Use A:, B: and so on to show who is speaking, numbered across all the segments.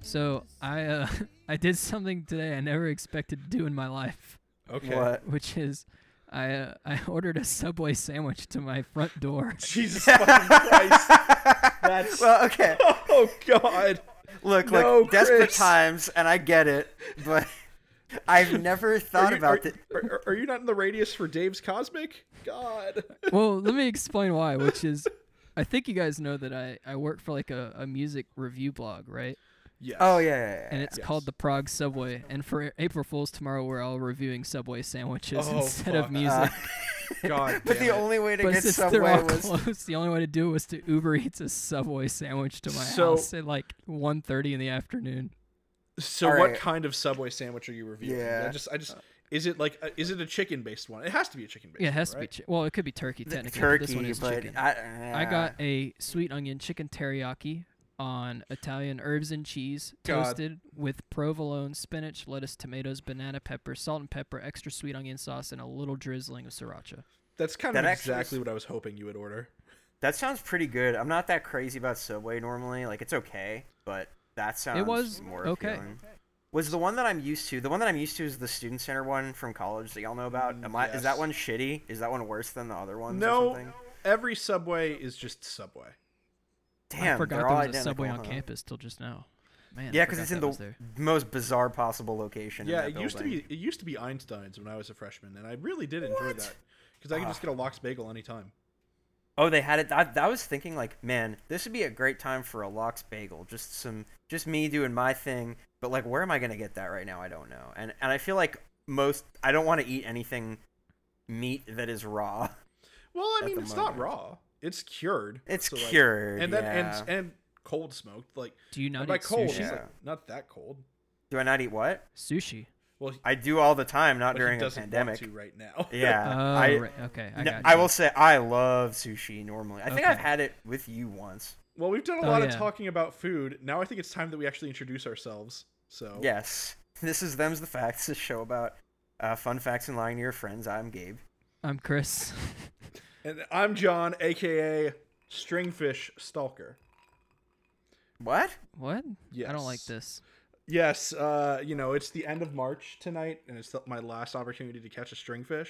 A: So I uh, I did something today I never expected to do in my life,
B: Okay.
C: What?
A: which is I uh, I ordered a Subway sandwich to my front door.
B: Jesus fucking Christ.
D: That's
C: Well, okay.
B: Oh God.
C: Look,
B: No,
C: like desperate
B: Chris.
C: times, and I get it, but I've never thought
B: Are you,
C: about
B: are,
C: it.
B: are, are you not in the radius for Dave's Cosmic? God.
A: well, let me explain why, which is I think you guys know that I, I work for like a, a music review blog, right?
B: Yes.
C: Oh yeah, yeah, yeah.
A: And it's
B: Yes.
A: called the Prague Subway. And for April Fools tomorrow, we're all reviewing Subway sandwiches
B: Oh,
A: instead
B: fuck.
A: of music.
B: God.
C: Uh, but
B: damn
C: the
B: it.
C: only way to
A: but
C: get
A: since they're
C: Subway
A: all
C: was
A: close, the only way to do it was to Uber Eats a Subway sandwich to my
B: So-
A: house at like 1.30 in the afternoon.
B: So
C: All
B: what
C: right.
B: kind of Subway sandwich are you reviewing?
C: Yeah. Uh,
B: I just, I just, is it like, a, is it a chicken based one? It has to be a chicken based.
A: Yeah, it has
B: one, right?
A: to be. Chi- well, it could be turkey technically. but this one
C: turkey,
A: is
C: but
A: chicken.
C: I, uh,
A: I got a sweet onion chicken teriyaki on Italian herbs and cheese,
B: God.
A: toasted with provolone, spinach, lettuce, tomatoes, banana pepper, salt and pepper, extra sweet onion sauce, and a little drizzling of sriracha.
B: That's kind
C: That
B: of
C: actually
B: exactly
C: is-
B: what I was hoping you would order.
C: That sounds pretty good. I'm not that crazy about Subway normally. Like it's okay, but that sounds
A: was
C: more
A: okay.
C: appealing. Was the one that I'm used to? The one that I'm used to is the student center one from college that y'all know about. Am I, Is
B: Mm,
C: that
B: yes.
C: one shitty? Is that one worse than the other ones? or
B: No,
C: something?
B: every Subway is just Subway.
C: Damn,
A: I forgot there
C: they're all
A: was a
C: identical,
A: Subway on
C: huh?
A: campus till just now. Man,
C: Yeah,
A: because
C: because it's in the
A: there.
C: most bizarre possible location. in
B: yeah,
C: that
B: it used to
C: building.
B: be, it used to be Einstein's when I was a freshman, and I really did enjoy
C: What?
B: that because I could just
C: Ah.
B: get a lox bagel anytime.
C: Oh, they had it. I, I was thinking, like, man, this would be a great time for a lox bagel. Just some, just me doing my thing. But like, where am I gonna get that right now? I don't know. And and I feel like most, I don't want to eat anything meat that is raw.
B: Well, I
C: At
B: mean,
C: the
B: it's not
C: moment.
B: raw; it's cured.
C: It's
B: like-
C: cured,
B: and then and
C: yeah.
B: and cold smoked. Like
A: Do you not
B: by
A: eat
B: cold,
A: sushi?
B: it's,
C: Yeah.
B: like, not that cold.
C: Do I not eat what?
A: Sushi.
B: Well,
C: I do all the time, not
B: but he
C: during a
B: doesn't want
C: pandemic.
B: to right now.
C: Yeah,
A: oh,
C: Uh, I.
A: right. okay. I,
C: no,
A: got
C: I
A: you.
C: will say I love sushi normally. I think I've
A: Okay.
C: had it with you once.
B: Well, we've done a
A: Oh,
B: lot of
A: yeah.
B: talking about food. Now I think it's time that we actually introduce ourselves. So
C: Yes, this is them's the facts. This show about uh, fun facts and lying to your friends. I'm Gabe.
A: I'm Chris.
B: and I'm John, aka Stringfish Stalker.
C: What?
A: what? I don't like
B: Yes.
A: this.
B: Yes, uh, you know it's the end of March tonight, and it's the, my last opportunity to catch a stringfish.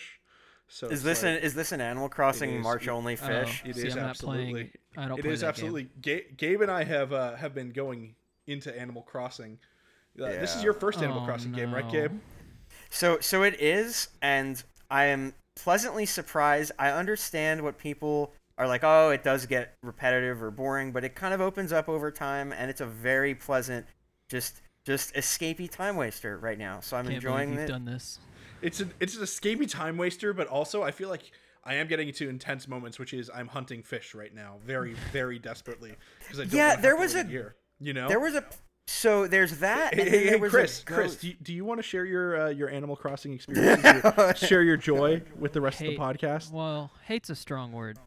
B: So
C: Is
B: it's
C: this
B: like,
C: an is this an Animal Crossing
B: is.
C: March
B: It-
C: only
A: Oh,
C: fish?
B: It
A: see,
B: is
A: I'm not playing.
B: absolutely.
A: I don't
B: It
A: play
B: is
A: that game.
B: absolutely. Ga- Gabe and I have uh, have been going into Animal Crossing. Uh, This is
C: Yeah.
B: your first Animal
A: Oh,
B: Crossing game, right,
A: no.
B: Gabe?
C: So so it is, and I am pleasantly surprised. I understand what people are like. Oh, it does get repetitive or boring, but it kind of opens up over time, and it's a very pleasant, just just escapey time waster right now. So I'm
A: Can't believe
C: enjoying
A: you've
C: it.
A: done this.
B: It's an it's an escapey time waster, but also I feel like I am getting into intense moments, which is I'm hunting fish right now, very very desperately because I don't
C: Yeah,
B: wanna have
C: there
B: to
C: was
B: wait
C: a-
B: year. You know,
C: There was a so there's that.
B: Hey,
C: and then
B: hey,
C: there
B: hey,
C: was a
B: Chris, Chris,
C: ghost.
B: do you, do you want to share your uh, your Animal Crossing experience? Your- share your joy with the rest
A: Hate-
B: of the podcast.
A: Well, hate's a strong word.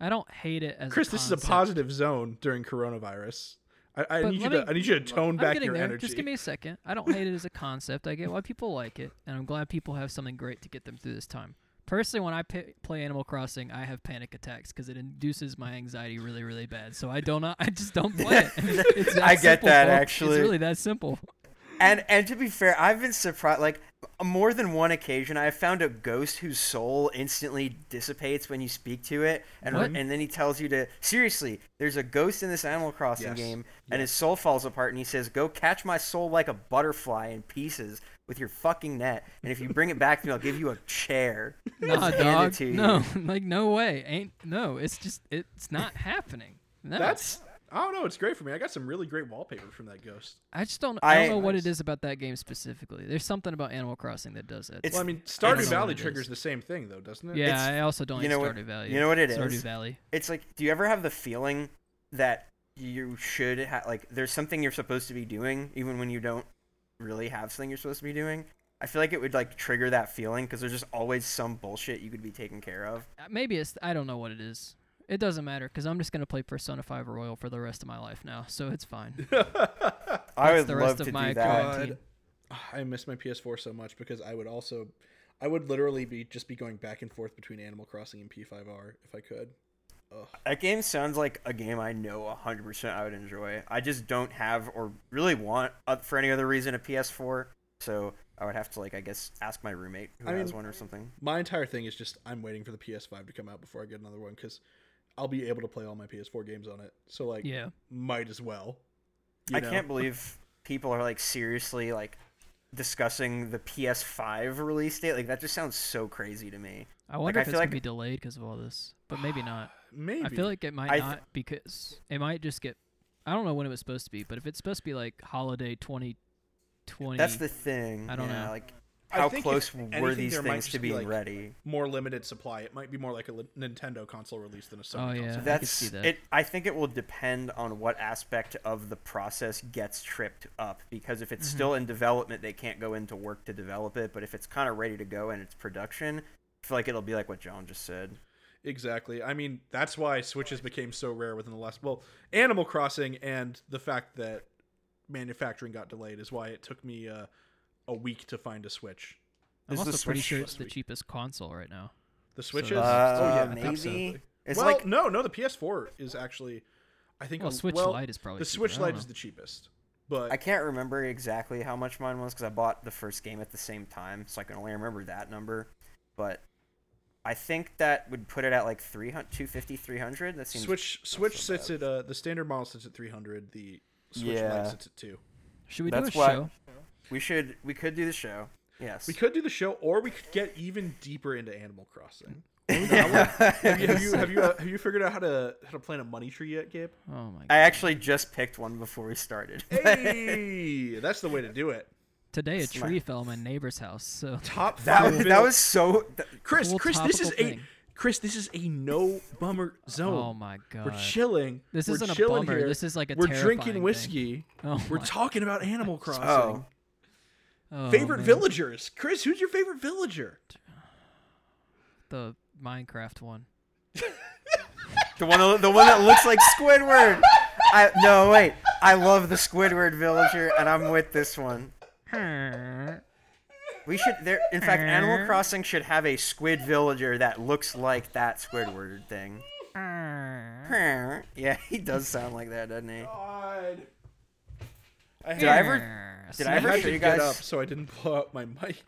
A: I don't hate it as.
B: Chris, this is a
A: concept.
B: positive zone during coronavirus. I, I
A: But
B: need you
A: let
B: to
A: me-
B: I need you to tone
A: I'm
B: back
A: getting
B: your
A: there.
B: energy.
A: Just give me a second. I don't hate it as a concept. I get why people like it, and I'm glad people have something great to get them through this time. Personally, when I pa- play Animal Crossing, I have panic attacks because it induces my anxiety really, really bad. So I don't, I just don't play it. It's that
C: I get
A: simple,
C: that,
A: folks.
C: actually.
A: it's really that simple.
C: And and to be fair, I've been surprised. Like more than one occasion, I have found a ghost whose soul instantly dissipates when you speak to it, and
A: What?
C: and then he tells you to seriously. There's a ghost in this Animal Crossing
B: Yes,
C: game, and his soul falls apart, and he says, "Go catch my soul like a butterfly in pieces with your fucking net, and if you bring it back to me, I'll give you a chair." Just
A: Nah,
C: hand it
A: dog.
C: to you."
A: No, like no way. Ain't no. It's just it's not happening. No.
B: That's I don't know. It's great for me. I got some really great wallpaper from that ghost.
A: I just don't. I,
C: I-
A: don't know what it is about that game specifically. There's something about Animal Crossing that does it.
C: It's-
B: Well, I mean,
A: I don't know
B: Stardew
A: what
B: Valley
A: it
B: triggers
A: is.
B: the same thing though, doesn't it?
A: yeah,
C: it's-
A: I also don't
C: you
A: like
C: know what-
A: Stardew Valley.
C: you know what it
A: Stardew
C: is?
A: Valley.
C: It's like, do you ever have the feeling that you should ha- like? There's something you're supposed to be doing, even when you don't really have something you're supposed to be doing. I feel like it would like trigger that feeling because there's just always some bullshit you could be taken care of.
A: Uh, Maybe it's. I don't know what it is. It doesn't matter because I'm just gonna play Persona 5 Royal for the rest of my life now, so it's fine.
C: I
A: That's
C: would
A: the
C: love
A: rest
C: to
A: of
C: do
A: my
C: that.
A: quarantine.
B: Ah, I miss my PS4 so much because I would also, I would literally be just be going back and forth between Animal Crossing and P5R if I could.
C: That game sounds like a game I know 100% I would enjoy. I just don't have or really want uh, for any other reason a PS4, so I would have to like I guess ask my roommate who
B: I
C: has
B: mean-
C: one or something.
B: My entire thing is just I'm waiting for the PS5 to come out before I get another one because I'll be able to play all my PS4 games on it. So like,
A: Yeah.
B: might as well.
C: I
B: you know?
C: can't believe people are like seriously like discussing the PS5 release date. Like that just sounds so crazy to me.
A: I wonder
C: I
A: if it's
C: feel
A: gonna
C: like-
A: be delayed because of all this, but maybe not.
B: Maybe.
A: I feel like it might
C: I th-
A: not because it might just get. I don't know when it was supposed to be, but if it's supposed to be like holiday 2020,
C: That's the thing.
A: I don't
C: yeah,
A: know.
C: Like
B: I
C: how
B: think if
C: close were
B: anything,
C: these
B: there might
C: things
B: just
C: to
B: be,
C: being
B: like,
C: ready?
B: more limited supply. It might be more like a li- Nintendo console release than a Sony
A: Oh, yeah.
B: console.
A: could
C: That's
A: see that.
C: it. I think it will depend on what aspect of the process gets tripped up. Because if it's
A: Mm-hmm.
C: still in development, they can't go into work to develop it. But if it's kind of ready to go and it's production, I feel like it'll be like what John just said.
B: Exactly. I mean, that's why Switches became so rare within the last. Well, Animal Crossing and the fact that manufacturing got delayed is why it took me uh, a week to find a Switch.
A: I'm
C: Is the
A: also pretty
C: Switch
A: sure it's
B: supposed
A: the
B: to be-
A: cheapest console right now.
B: The Switches?
A: Uh,
B: oh, yeah.
A: I
C: maybe
A: think so.
C: it's
B: well,
C: like
B: no, no. The PS4 is actually, I think.
A: Well,
B: a-
A: Switch Lite is probably
B: the
A: cheaper, I
B: Switch
A: don't
B: Lite is
A: know.
B: the cheapest, but
C: I can't remember exactly how much mine was because I bought the first game at the same time, so I can only remember that number. But I think that would put it at like 300, 250, 300. That seems
B: Switch
C: so
B: Switch sits at
C: bad.
B: uh, the standard model sits at 300. The Switch
C: Yeah.
B: Lite sits at two.
A: Should we
C: That's
A: do a
C: why-
A: show?
C: We should we could do the show. Yes.
B: We could do the show, or we could get even deeper into Animal Crossing. have, you, have you have you uh, have you figured out how to how to plan a money tree yet, Gabe?
A: Oh my!
C: I
A: god.
C: actually just picked one before we started.
B: Hey, that's the way to do it.
A: Today a
C: It's my-
A: tree fell in my neighbor's house, so
B: Top
C: that
B: five
C: was, that
B: bill-
C: was so. That,
B: Chris.
A: Cool
B: Chris, this is
A: topical
B: a
A: thing.
B: Chris. This is a no bummer zone.
A: oh my god.
B: We're chilling.
A: This
B: We're
A: isn't a
B: chilling
A: bummer.
B: Here.
A: This is like a
B: We're
A: terrifying
B: drinking
A: thing.
B: whiskey.
A: Oh
B: We're
A: my-
B: talking about Animal Crossing.
C: oh,
A: Oh,
B: favorite
A: man.
B: villagers. Chris, who's your favorite villager?
A: The Minecraft one.
C: the one that- the one that looks like Squidward. I no wait. I love the Squidward villager, and I'm with this one. We should there in fact Animal Crossing should have a squid villager that looks like that Squidward thing. Yeah, he does sound like that, doesn't he?
B: God.
C: Did I ever did I
B: I
C: ever
B: had
C: show
B: to
C: you
B: get
C: guys-
B: up so I didn't blow up my mic.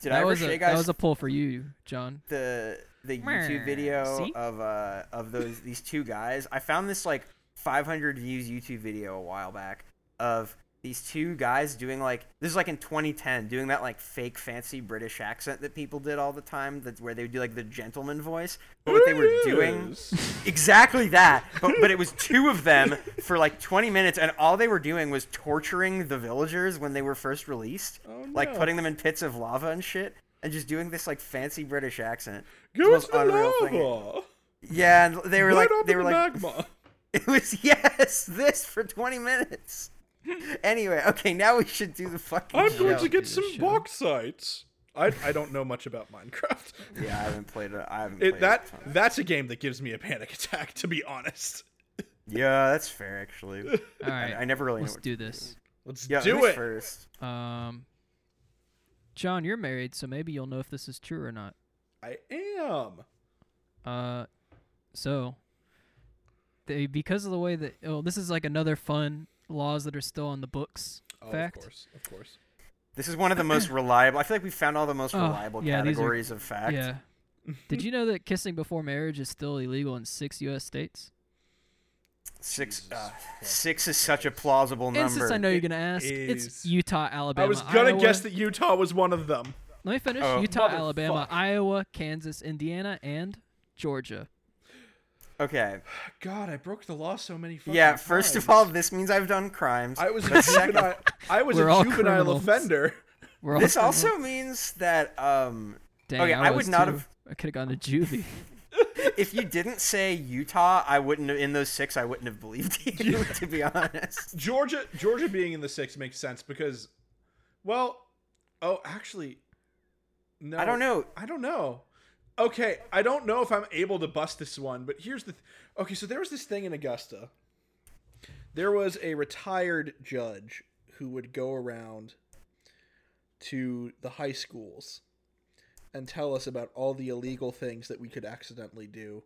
C: did I
A: That
C: ever
A: was
C: show
A: a
C: you guys
A: that was a pull for you, John.
C: the the
A: Meh.
C: YouTube video
A: See?
C: of uh of those these two guys? I found this like 500 views YouTube video a while back of these two guys doing like this is like in 2010 doing that like fake fancy British accent that people did all the time that where they would do like the gentleman voice. But what they were doing Exactly that. But, but it was two of them for like 20 minutes, and all they were doing was torturing the villagers when they were first released,
B: Oh,
C: like
B: no.
C: putting them in pits of lava and shit, and just doing this like fancy British accent. It
B: Go
C: was
B: to the
C: unreal thing.
B: lava.
C: Yeah, and they were
B: Right
C: like,
B: up
C: they
B: in
C: were
B: the
C: like,
B: magma.
C: it was yes, this for 20 minutes. Anyway, okay, now we should do the fucking.
B: I'm
C: show.
B: going to
A: do
B: get
A: this
B: some
A: show.
B: bauxites. I, I don't know much about Minecraft.
C: Yeah, I haven't played it. I haven't played
B: It, that
C: it.
B: that's a game that gives me a panic attack. To be honest,
C: Yeah, that's fair actually.
A: All right.
C: I never really. know
A: let's
C: what
A: do
C: to
A: this.
B: let's
C: Yeah,
B: do
C: who's
B: it.
C: first.
A: Um John, you're married, so maybe you'll know if this is true or not.
B: I am. Oh,
A: Uh, so they because of the way that oh this is like another fun laws that are still on the books
B: Oh,
A: fact.
B: of course, of course.
C: This is one of the most reliable. I feel like we found all the most
A: Oh,
C: reliable
A: yeah, these are-
C: categories of fact.
A: Yeah. Did you know that kissing before marriage is still illegal in six U.S. states?
C: Six,
B: Jesus
C: uh,
B: fucking
C: six is such a plausible number.
A: And since I know you're
B: It
A: gonna ask, it's
B: is-
A: Utah, Alabama.
B: I was gonna
A: Iowa.
B: guess that Utah was one of them.
A: Let me finish.
C: Oh,
A: Utah, Alabama,
B: motherfuck.
A: Iowa, Kansas, Indiana, and Georgia.
C: okay.
B: God, I broke the law so many. Fucking
C: Yeah. First of
B: times.
C: all, this means I've done crimes.
B: I was a
C: But second-
B: juvenile. I was
A: We're all
B: a juvenile
A: criminals.
B: offender.
A: We're all
C: This also means that um,
A: Dang,
C: okay,
A: I,
C: I would
A: was
C: not
A: too.
C: have-
A: I could have gone to juvie.
C: if you didn't say Utah, I wouldn't. have- In those six, I wouldn't have believed you. to be honest.
B: Georgia, Georgia being in the six makes sense because, well, oh, actually, no,
C: I don't know.
B: I don't know. Okay, I don't know if I'm able to bust this one, but here's the. Th- okay, so there was this thing in Augusta. There was a retired judge who would go around to the high schools and tell us about all the illegal things that we could accidentally do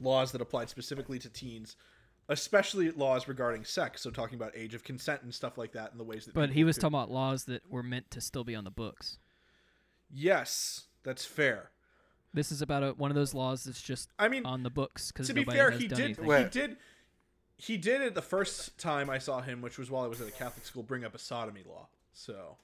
B: laws that applied specifically to teens, especially laws regarding sex. So talking about age of consent and stuff like that, and the ways that.
A: But
B: people
A: he was
B: could-
A: talking about laws that were meant to still be on the books.
B: Yes, that's fair.
A: This is about a, one of those laws that's just
B: I mean,
A: on the books because
B: to be
A: nobody
B: fair,
A: has
B: he
A: done
B: did.
A: anything.
C: Wait.
B: He did. He did it the first time I saw him, which was while I was at a Catholic school. Bring up a sodomy law, so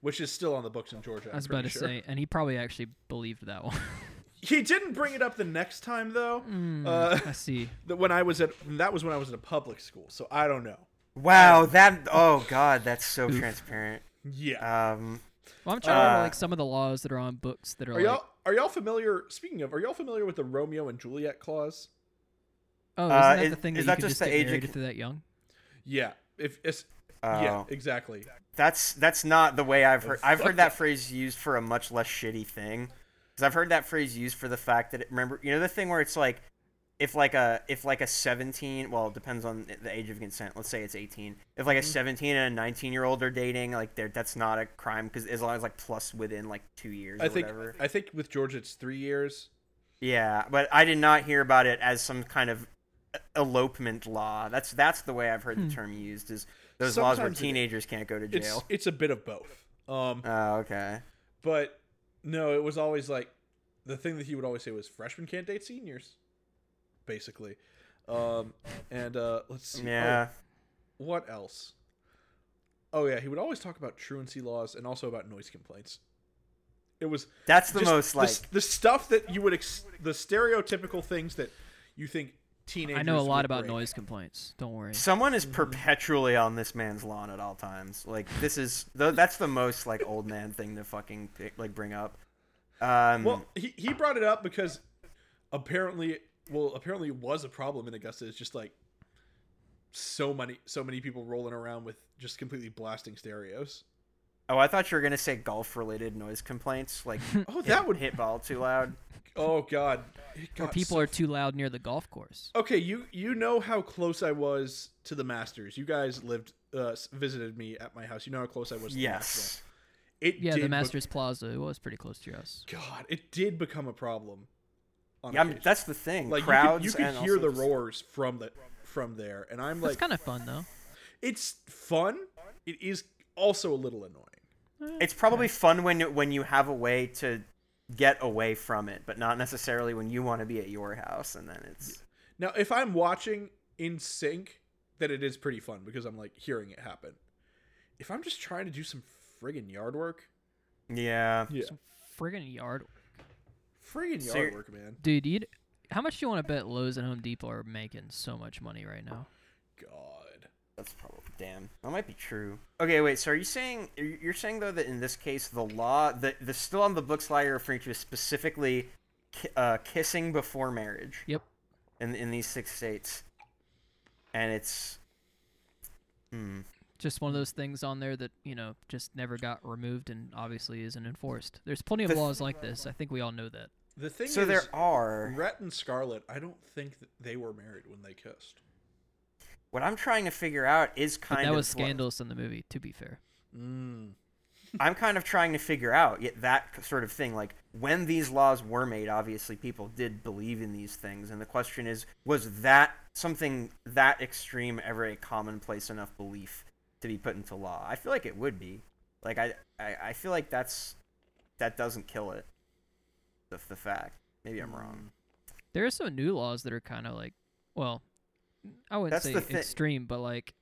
B: which is still on the books in Georgia.
A: I was
B: I'm
A: about
B: pretty
A: to
B: sure.
A: say, and he probably actually believed that one.
B: he didn't bring it up the next time though.
A: I
B: Uh,
A: see.
B: that when I was at that was when I was at a public school, so I don't know.
C: Wow, that oh god, that's so transparent.
B: Yeah.
C: Um,
A: Well, I'm trying to remember
C: Uh,
A: like some of the laws that are on books that are,
B: are
A: like,
B: y'all are y'all familiar? Speaking of, are y'all familiar with the Romeo and Juliet clause?
A: oh, isn't
C: Uh,
A: that
C: is-
A: the thing
C: is
A: that you
C: that
A: could
C: just
A: just
C: the
A: get
C: age of
A: married
C: con-
A: if you're that young?
B: Yeah. If it's yeah,
C: oh.
B: exactly.
C: That's that's not the way I've heard. I've
B: fuck
C: heard that phrase used for a much less shitty thing. Cuz I've heard that phrase used for the fact that it, remember, you know the thing where it's like if like a if like a 17, well, it depends on the age of consent. Let's say it's 18. If
B: Mm-hmm.
C: like a 17 and a 19 year old are dating, like they're, that's not a crime cuz as long as like plus within like 2 years or
B: I think
C: whatever.
B: I think with Georgia it's three years.
C: Yeah, but I did not hear about it as some kind of e, elopement law. That's that's the way I've heard the term used is those laws where
B: Hmm. Sometimes it-
C: teenagers can't go to
B: It's
C: jail.
B: it's a bit of both. Um,
C: Oh, okay.
B: but no, it was always like the thing that he would always say was freshmen can't date seniors, basically. Um, and uh, let's see. oh,
C: Yeah.
B: what else? Oh yeah, he would always talk about truancy laws and also about noise complaints. It was
C: That's the
B: just
C: most
B: the,
C: like
B: s- the stuff that you would ex- the stereotypical things that you think teenagers.
A: I know a lot
B: would
A: about
B: break.
A: noise complaints. Don't worry.
C: someone
B: Mm-hmm.
C: is perpetually on this man's lawn at all times. Like this is th- that's the most like old man thing to fucking pick, like bring up. Um,
B: Well, he, he brought it up because apparently, well, apparently it was a problem in Augusta. It's just like so many so many people rolling around with just completely blasting stereos.
C: oh, I thought you were gonna say golf related noise complaints. Like
B: Oh,
C: hit-
B: that would
C: hit ball too loud.
B: Oh God,
A: Or people are too loud near the golf course.
B: Okay, you you know how close I was to the Masters. You guys lived uh s- visited me at my house. You know how close I was. To
C: Yes.
B: the Masters. it
A: Yeah,
B: did
A: the
B: be-
A: Masters Plaza. It was pretty close to your house.
B: God, it did become a problem. On
C: Yeah, I'm-
B: occasion.
C: that's the thing.
B: like
C: Crowds.
B: you could, you
C: and
B: could hear
C: also
B: the
C: just-
B: roars from the from there, and I'm
A: That's
B: like,
A: kind of fun though.
B: it's fun. It is also a little annoying.
C: It's probably fun when when you have a way to get away from it, but not necessarily when you want to be at your house. And then it's
B: Now, if I'm watching in sync, then it is pretty fun because I'm like hearing it happen. If I'm just trying to do some friggin' yard work,
C: yeah.
B: yeah,
A: Friggin' yard,
B: friggin'
C: So
B: yard
C: you're-
B: work, man.
A: dude. You'd, how much do you want to bet Lowe's and Home Depot are making so much money right now?
B: God.
C: That's probably damn. That might be true. Okay, wait. So are you saying are you- you're saying though that in this case the law the the still on the books law you're referring to is specifically ki- uh, kissing before marriage
A: Yep.
C: in in these six states, and it's hmm.
A: Just one of those things on there that you know just never got removed and obviously isn't enforced. There's plenty of
C: The-
A: laws like this. I think we all know that.
B: The thing
C: So
B: is,
C: there are.
B: Rhett and Scarlett. I don't think that they were married when they kissed.
C: What I'm trying to figure out is
A: But
C: kind
A: that
C: of
A: was
C: what-
A: scandalous in the movie. To be fair,
B: Mm.
C: I'm kind of trying to figure out yet that c- sort of thing. Like when these laws were made, obviously people did believe in these things, and the question is, was that something that extreme ever a commonplace enough belief to be put into law? I feel like it would be. Like I, I, I feel like that's that doesn't kill it. The, the fact. Maybe I'm
A: Mm.
C: wrong.
A: there are some new laws that are kind of like, well, I wouldn't
C: That's
A: say
C: the thi-
A: extreme, but like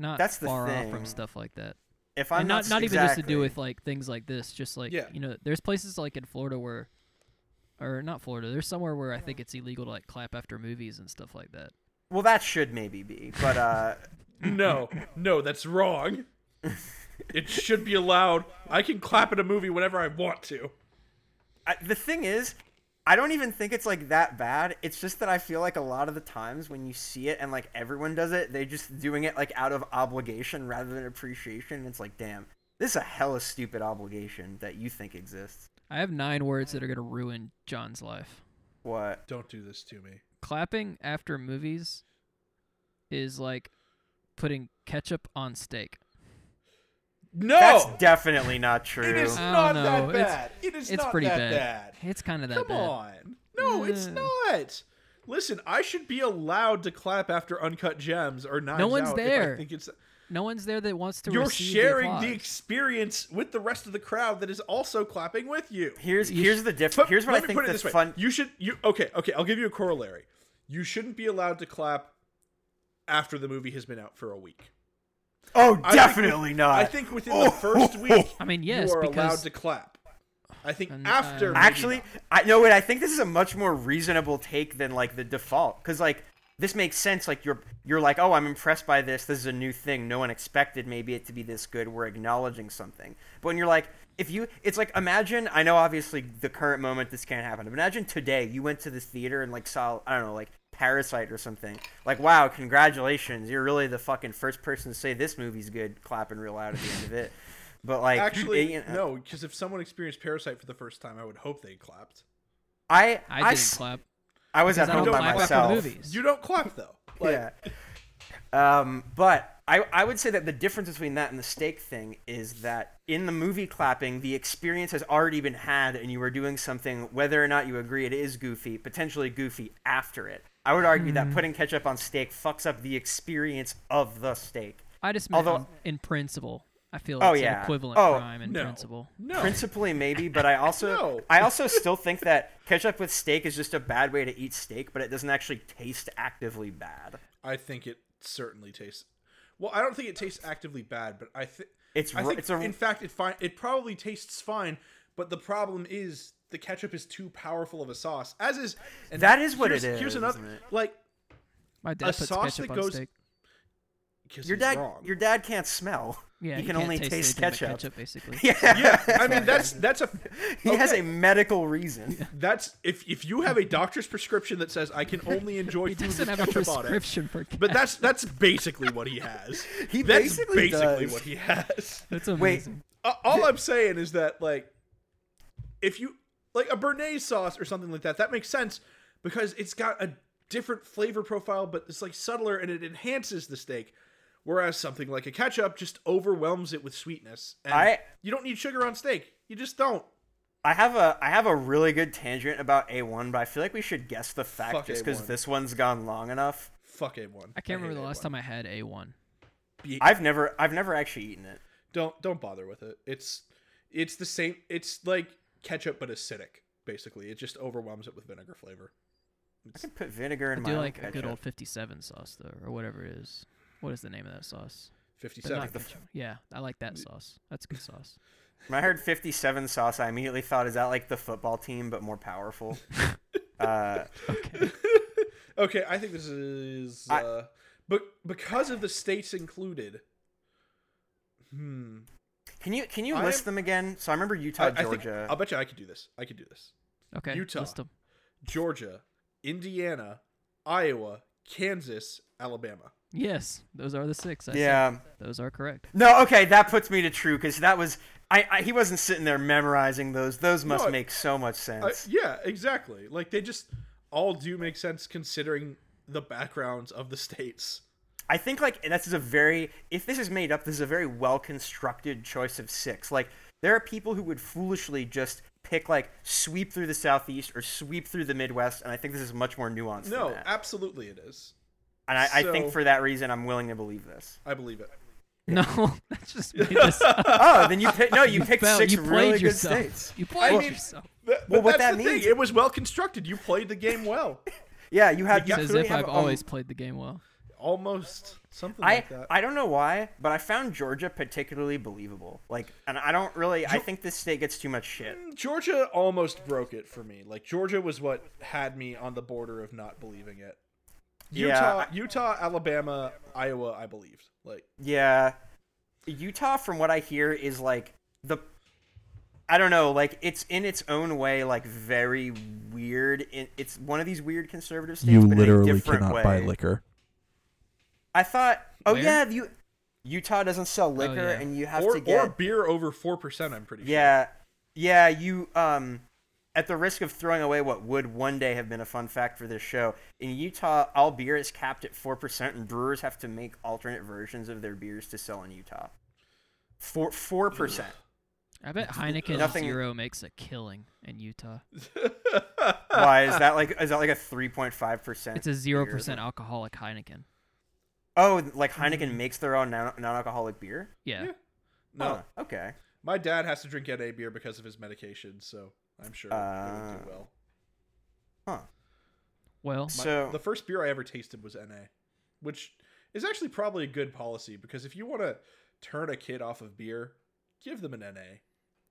A: not
C: That's the
A: far off from
C: thing.
A: stuff like that.
C: If I'm
A: and not, not even just to
C: exactly-
A: do with like things like this, just like
B: Yeah.
A: you know, there's places like in Florida where, or not Florida, there's somewhere where I think it's illegal to like clap after movies and stuff like that.
C: Well, that should maybe be, but uh.
B: No, no, that's wrong. it should be allowed. I can clap at a movie whenever I want to.
C: I, the thing is, I don't even think it's like that bad. It's just that I feel like a lot of the times when you see it and like everyone does it, they just doing it like out of obligation rather than appreciation. It's like, damn, this is a hella stupid obligation that you think exists.
A: I have nine words that are gonna ruin John's life.
C: What?
B: Don't do this to me.
A: Clapping after movies is like putting ketchup on steak.
B: No,
C: That's definitely not true.
B: Oh! it is
A: I
B: not
A: don't
B: that
A: know. Oh, It's-
B: bad. it is
A: it's
B: not
A: pretty
B: that
A: bad.
B: bad.
A: It's kind of that
B: Come
A: bad.
B: on. No, it's
A: Ugh.
B: not. Listen, I should be allowed to clap after Uncut Gems or Knives
A: one's
B: Out if I
A: there.
B: think it's-
A: No one's there that wants to.
B: you're
A: receive
B: sharing
A: applause.
B: the experience with the rest of the crowd that is also clapping with you.
C: Here's here's the
B: But
C: difference. Here's what
B: let
C: I
B: me
C: think
B: put it
C: that's
B: this way.
C: fun.
B: You should you okay, okay, I'll give you a corollary. You shouldn't be allowed to clap after the movie has been out for a week.
C: Oh,
B: I think-
C: definitely not.
B: I think within the first week
A: I mean, yes,
B: you are allowed
A: because
B: to clap. I think
A: And,
B: after
A: um,
B: maybe
C: Actually,
B: not.
C: I no wait. I think this is a much more reasonable take than like the default, because like this makes sense. Like you're you're like, oh, I'm impressed by this. This is a new thing. No one expected maybe it to be this good. We're acknowledging something. But when you're like, if you, it's like imagine. I know obviously the current moment this can't happen. But imagine today you went to this theater and like saw I don't know like Parasite or something. Like wow, congratulations! You're really the fucking first person to say this movie's good. Clapping real loud at the end of it. But like eh,
B: Actually,
C: it- you know,
B: no, because if someone experienced Parasite for the first time, I would hope they clapped.
C: I
A: I
C: I
A: didn't
C: s-
A: clap.
C: I was at
A: Because I
C: home
A: don't
B: by
A: clap
C: myself.
A: after movies.
B: You don't clap though. Like,
C: yeah. Um, but I, I would say that the difference between that and the steak thing is that in the movie clapping, the experience has already been had, and you are doing something, whether or not you agree it is goofy, potentially goofy after it. I would argue
B: Hmm.
C: that putting ketchup on steak fucks up the experience of the steak.
A: I just meant
C: Although-
A: in, in principle. I feel
C: Oh,
A: it's
C: yeah.
A: an equivalent
C: Oh,
A: crime in
B: no,
A: principle.
B: no.
C: Principally, maybe, but I also
B: No.
C: I also still think that ketchup with steak is just a bad way to eat steak, but it doesn't actually taste actively bad.
B: I think it certainly tastes. Well, I don't think it tastes actively bad, but I, thi-
C: It's
B: I
C: ru-
B: think
C: it's a-
B: in fact it fine. It probably tastes fine, but the problem is the ketchup is too powerful of a sauce. As is and
C: That is what
B: here's,
C: it
B: Here's
C: is,
B: another
C: isn't it?
B: like
A: My dad
B: a
A: puts
B: sauce
A: ketchup
B: that
A: on
B: goes-
A: steak.
B: 'cause
C: Your
B: he's
C: dad,
B: wrong.
C: your dad can't smell.
A: Yeah,
C: you
A: you
C: can
A: can't
C: only
A: taste
C: taste
A: anything but
C: ketchup.
A: ketchup, basically.
C: Yeah,
B: yeah, I mean that's that's a
C: he has
B: okay,
C: a medical reason.
B: that's if if you have a doctor's prescription that says I can only enjoy
A: He
B: food with
A: doesn't have a
B: ketchup on it.
A: prescription for ketchup.
B: But that's that's basically what he has.
C: He
B: that's
C: basically does.
B: what he has.
A: that's
C: Wait.
A: amazing.
B: Uh, all I'm saying is that like if you like a béarnaise sauce or something like that, that makes sense because it's got a different flavor profile, but it's like subtler and it enhances the steak. Whereas something like a ketchup just overwhelms it with sweetness. And
C: I-
B: you don't need sugar on steak. You just don't.
C: I have a I have a really good tangent about A1, but I feel like we should guess the fact
B: Fuck
C: just because
B: A1.
C: this one's gone long enough.
B: Fuck A one.
A: I can't remember the last time I had A1.
C: I've never I've never actually eaten it.
B: Don't don't bother with it. It's it's the same. It's like ketchup but acidic. Basically, it just overwhelms it with vinegar flavor.
C: I can put vinegar in
A: I
C: my
A: do
C: own
A: like a
C: ketchup.
A: good old 57 sauce though, or whatever it is. What is the name of that sauce? But
B: Fifty-seven.
A: not ketchup. yeah, I like that sauce. That's good sauce.
C: When I heard 57 sauce, I immediately thought, is that like the football team but more powerful? uh,
A: Okay.
B: Okay, I think this is.
C: I-
B: uh, but because of the states included. Hmm.
C: can you can you
B: I
C: list
B: am-
C: them again? So I remember Utah,
B: I, I think,
C: Georgia.
B: I'll bet you I could do this. I could do this.
A: Okay.
B: Utah.
A: list 'em.
B: Georgia, Indiana, Iowa, Kansas, Alabama.
A: Yes, those are the six. I said.
C: yeah.
A: those are correct.
C: No, okay, that puts me to true because that was I, I. He wasn't sitting there memorizing those. Those must
B: No, I-
C: make so much
B: I-
C: sense.
B: Uh, yeah, exactly. Like they just all do make sense considering the backgrounds of the states.
C: I think like this is a very if this is made up, this is a very well constructed choice of six. Like there are people who would foolishly just pick like sweep through the southeast or sweep through the Midwest, and I think this is much more nuanced.
B: No,
C: than that.
B: absolutely it is.
C: and I, I think
B: so-
C: for that reason, I'm willing to believe this.
B: I believe it.
A: No, that's just made this up.
C: Oh, then you pick, no, you picked
A: Well,
C: six
A: you played
C: really good
A: yourself.
C: states.
A: You played
B: mean-
A: yourself.
B: Th- but
C: Well, what
B: that's
C: that
B: the
C: means-
B: Thing. It was well constructed. You played the game well.
C: Yeah, you had you
A: It's as
C: clearly
A: if
C: have
A: I've
C: a-
A: always played the game well.
B: Almost something
C: I,
B: like that.
C: I don't know why, but I found Georgia particularly believable. Like, and I don't really. I think this state gets too much shit.
B: Georgia almost broke it for me. Like Georgia was what had me on the border of not believing it. Utah,
C: Yeah.
B: Utah, Alabama, Iowa, I believed. Like
C: Yeah, Utah, from what I hear, is like the. I don't know. Like, it's in its own way, like very weird. It- It's one of these weird conservative states. but in a different way.
D: liquor.
C: I thought. Oh
A: Where?
C: yeah, you. Utah doesn't sell liquor,
A: yeah.
C: and you have
B: Oh, or
C: to get
B: or beer over four percent. I'm pretty sure.
C: Yeah, yeah. You um, at the risk of throwing away what would one day have been a fun fact for this show, in Utah, all beer is capped at four percent, and brewers have to make alternate versions of their beers to sell in Utah. Four four percent.
A: I bet Heineken
C: Nothing-
A: Zero makes a killing in Utah.
C: Why is that like is that like a three point five
A: It's
C: percent?
A: a zero percent Hmm. alcoholic Heineken.
C: Oh, like Heineken makes their own non alcoholic beer.
A: Yeah.
B: Yeah. No,
C: Oh, okay.
B: my dad has to drink NA beer because of his medication, so I'm sure it would
C: Uh,
B: do well.
A: Well,
B: My-
C: So-
B: the first beer I ever tasted was NA, which is actually probably a good policy because if you want to turn a kid off of beer, give them an NA.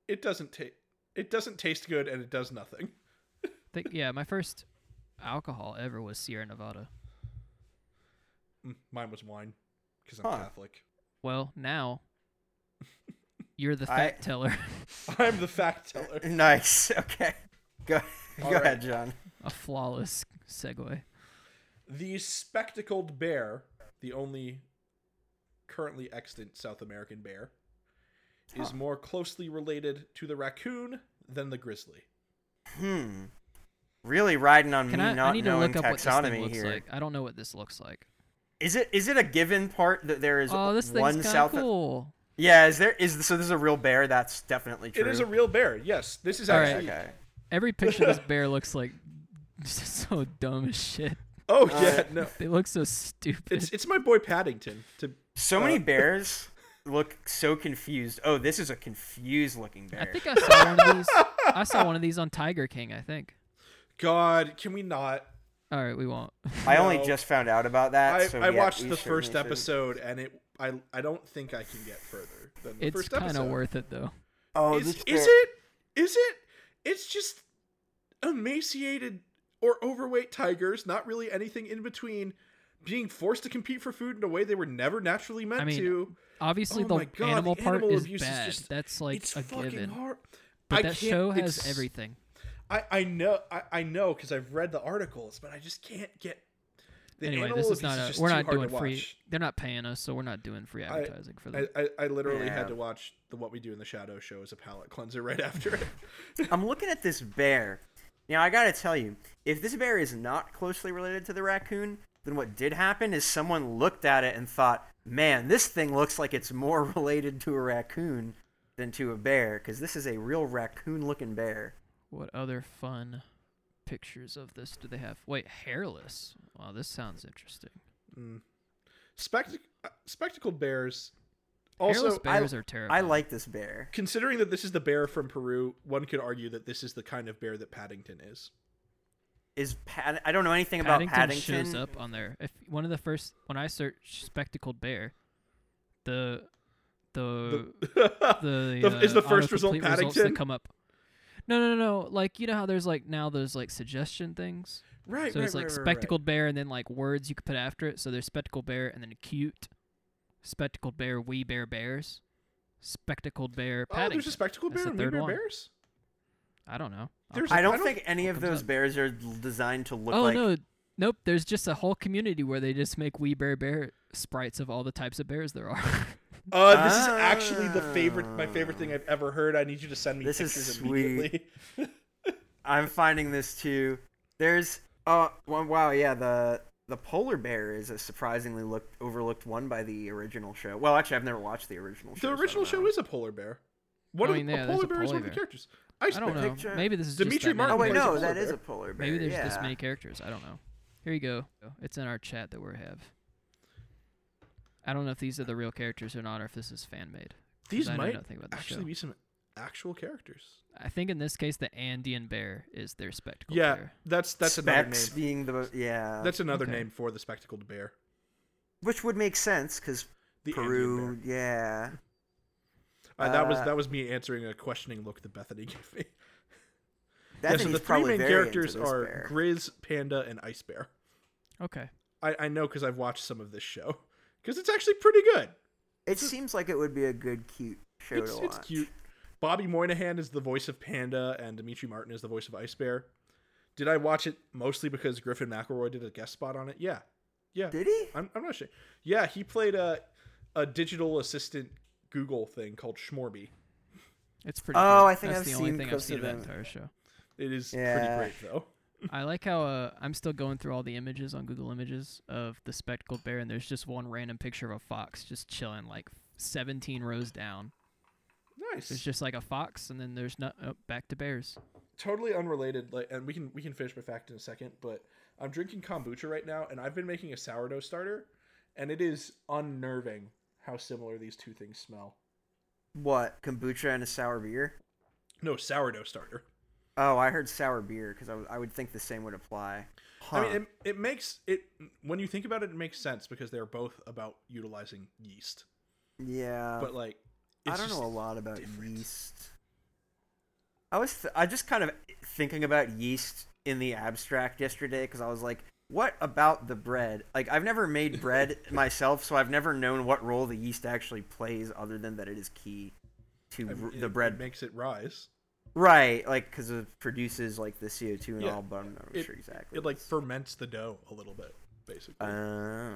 B: It doesn't taste it doesn't taste good and it does nothing.
A: th- yeah, my first alcohol ever was Sierra Nevada.
B: Mm, Mine was wine because I'm
C: Huh.
B: Catholic.
A: Well, now you're the
C: I-
A: fact teller.
B: I'm the fact teller.
C: Nice. Okay. Go go
B: All right.
C: ahead, John.
A: a flawless segue.
B: The spectacled bear, the only currently extant South American bear, is
C: Huh.
B: more closely related to the raccoon than the grizzly.
C: Hmm. Really riding on
A: Can
C: me
A: I,
C: not
A: I need to
C: knowing
A: look up what this thing
C: taxonomy
A: looks
C: here.
A: like. I don't know what this looks like.
C: Is it is it a given part that there is
A: Oh, this thing's
C: one
A: kind
C: South?
A: of cool.
C: Yeah, is there is so? This is a real bear. That's definitely true.
B: It is a real bear. Yes, this is
A: All right.
B: actually.
C: okay.
A: Every picture of this bear looks like so dumb as shit.
B: Oh
C: All
B: yeah,
C: right.
B: no.
A: They look so stupid.
B: It's it's my boy Paddington. To
C: So
B: Uh,
C: many bears look so confused. Oh, this is a confused looking bear.
A: I think I saw one of these. I saw one of these on Tiger King. I think.
B: God, can we not?
A: All right, we won't.
C: I only
B: No.
C: just found out about that.
B: I,
C: so
B: I
C: yeah,
B: watched
C: we
B: the
C: certainly
B: first
C: should-
B: episode and it I I don't think I can get further than the
A: It's
B: first
A: kind
B: episode.
A: of worth it though.
C: Oh,
B: Is,
C: this
B: is
C: bear-
B: it? Is it? It's just emaciated or overweight tigers, not really anything in between, being forced to compete for food in a way they were never naturally meant
A: I mean,
B: to.
A: Obviously,
B: Oh
A: the
B: my God,
A: animal
B: the
A: part
B: animal
A: is
B: abuse is
A: bad.
B: just-
A: That's like
B: it's
A: a
B: fucking
A: given.
B: hard.
A: But
B: I
A: that
B: can't-
A: show has
B: it's-
A: everything.
B: I, I know I, I know because I've read the articles, but I just can't get. The
A: anyway,
B: animal
A: this is
B: abuse
A: not a.
B: just
A: We're
B: too
A: not
B: hard to
A: doing free.
B: watch.
A: They're not paying us, so we're not doing free advertising for them.
B: I, I, I literally
C: Yeah.
B: had to watch the What We Do in the Shadow show as a palate cleanser right after it.
C: I'm looking at this bear. Now I gotta tell you, if this bear is not closely related to the raccoon, then what did happen is someone looked at it and thought, "Man, this thing looks like it's more related to a raccoon than to a bear, because this is a real raccoon-looking bear."
A: What other fun pictures of this do they have? Wait, hairless. Wow, this sounds interesting.
B: Mm. Spectac- uh, spectacled bears. Also,
A: hairless
B: I-
A: bears are terrible.
C: I like this bear.
B: considering that this is the bear from Peru, one could argue that this is the kind of bear that Paddington is.
C: Is Pad- I don't know anything
A: Paddington,
C: about Paddington.
A: shows up on there. If one of the first when I search spectacled bear, the the Uh, the, uh,
B: The- is the first result
A: autocomplete results that
B: Paddington?
A: come up. No, no, no, no. Like you know how there's like now there's like suggestion things.
B: right,
A: so
B: right,
A: it's like
B: right, right, right. Oh,
A: spectacled bear and then like words you could put after it. So there's spectacled bear and then cute, spectacled bear, we bear bears, spectacled bear.
B: Oh,
A: Paddington.
B: there's a spectacled
A: That's the
B: bear and we
A: third
B: bear
A: one.
B: bears.
A: I don't know. I'll
B: There's-
C: I don't,
B: I don't-
C: think any of
A: comes
C: those
A: up.
C: bears are l- designed to look
A: oh
C: like.
A: no, nope. There's just a whole community where they just make wee bear bear sprites of all the types of bears there are.
B: Uh, this is actually the favorite, my
C: Ah.
B: favorite thing I've ever heard. I need you to send me
C: This is
B: pictures
C: sweet.
B: immediately.
C: I'm finding this too. There's uh well, wow yeah the the polar bear is a surprisingly looked overlooked one by the original show. Well, actually, I've never watched the original show.
B: The original show is a polar bear. One
A: I
B: of
A: mean,
B: the,
A: yeah,
B: a
A: there's
B: polar
A: a
B: bear is
A: polar
B: one of the
A: bear.
B: characters.
A: I don't know.
C: picture-
A: Maybe this is just that
B: Dimitri
C: Oh
A: many
B: Martin plays a
C: wait, no,
B: polar
C: that is
B: bear.
C: a polar bear.
A: Maybe there's
C: yeah.
A: this many characters. I don't know. Here you go. It's in our chat that we have. I don't know if these are the real characters or not, or if this is fan made.
B: These
A: I know
B: might
A: nothing about the
B: actually
A: show.
B: be some actual characters.
A: I think in this case, the Andean bear is their spectacle
B: Yeah,
A: bear.
B: that's that's
C: Specs
B: another name.
C: being the yeah.
B: That's another
A: Okay.
B: name for the spectacled bear.
C: which would make sense because
B: The
C: Peru.
B: Andean bear.
C: Yeah.
B: Uh, that was
C: uh,
B: that was me answering a questioning look that Bethany gave me.
C: That
B: yeah, so
C: thing's
B: the three
C: probably
B: main
C: very
B: characters
C: into this
B: are
C: bear.
B: Grizz, Panda, and Ice Bear.
A: Okay.
B: I, I know because I've watched some of this show because it's actually pretty good.
C: It seems like it would be a good cute show
B: It's,
C: to watch.
B: it's cute. Bobby Moynihan is the voice of Panda, and Dimitri Martin is the voice of Ice Bear. Did I watch it mostly because Griffin McElroy did a guest spot on it? Yeah, yeah.
C: Did he?
B: I'm, I'm not sure. Yeah, he played a a digital assistant Google thing called Schmorby.
A: It's pretty.
C: Oh,
A: cool.
C: I think
A: That's
C: I've
A: the only
C: seen
A: thing I've
C: clips
A: seen
C: of
A: of that
C: them.
A: entire show.
B: It is
C: Yeah.
B: pretty great though.
A: I like how uh, I'm still going through all the images on Google Images of the spectacled bear, and there's just one random picture of a fox just chilling like 17 rows down.
B: Nice.
A: There's just like a fox, and then there's not oh, back to bears.
B: totally unrelated. Like, and we can we can finish my fact in a second, but I'm drinking kombucha right now, and I've been making a sourdough starter, and it is unnerving how similar these two things smell.
C: What kombucha and a sour beer?
B: No sourdough starter.
C: Oh, I heard sour beer because I w- I would think the same would apply. Huh.
B: I mean, it, it makes it when you think about it, it makes sense because they're both about utilizing yeast.
C: yeah,
B: But like,
C: Uh, I
B: it's
C: don't
B: just-
C: know a lot about
B: different.
C: yeast. I was th- I just kind of thinking about yeast in the abstract yesterday because I was like, what about the bread? Like I've never made bread myself, so I've never known what role the yeast actually plays other than that it is key to
B: I
C: r-
B: mean,
C: the
B: it-
C: bread.
B: it makes it rise.
C: right, like because it produces like the CO two and
B: Yeah,
C: all, but I'm not
B: it-
C: sure exactly.
B: It like
C: what's-
B: ferments the dough a little bit, basically,
C: Oh.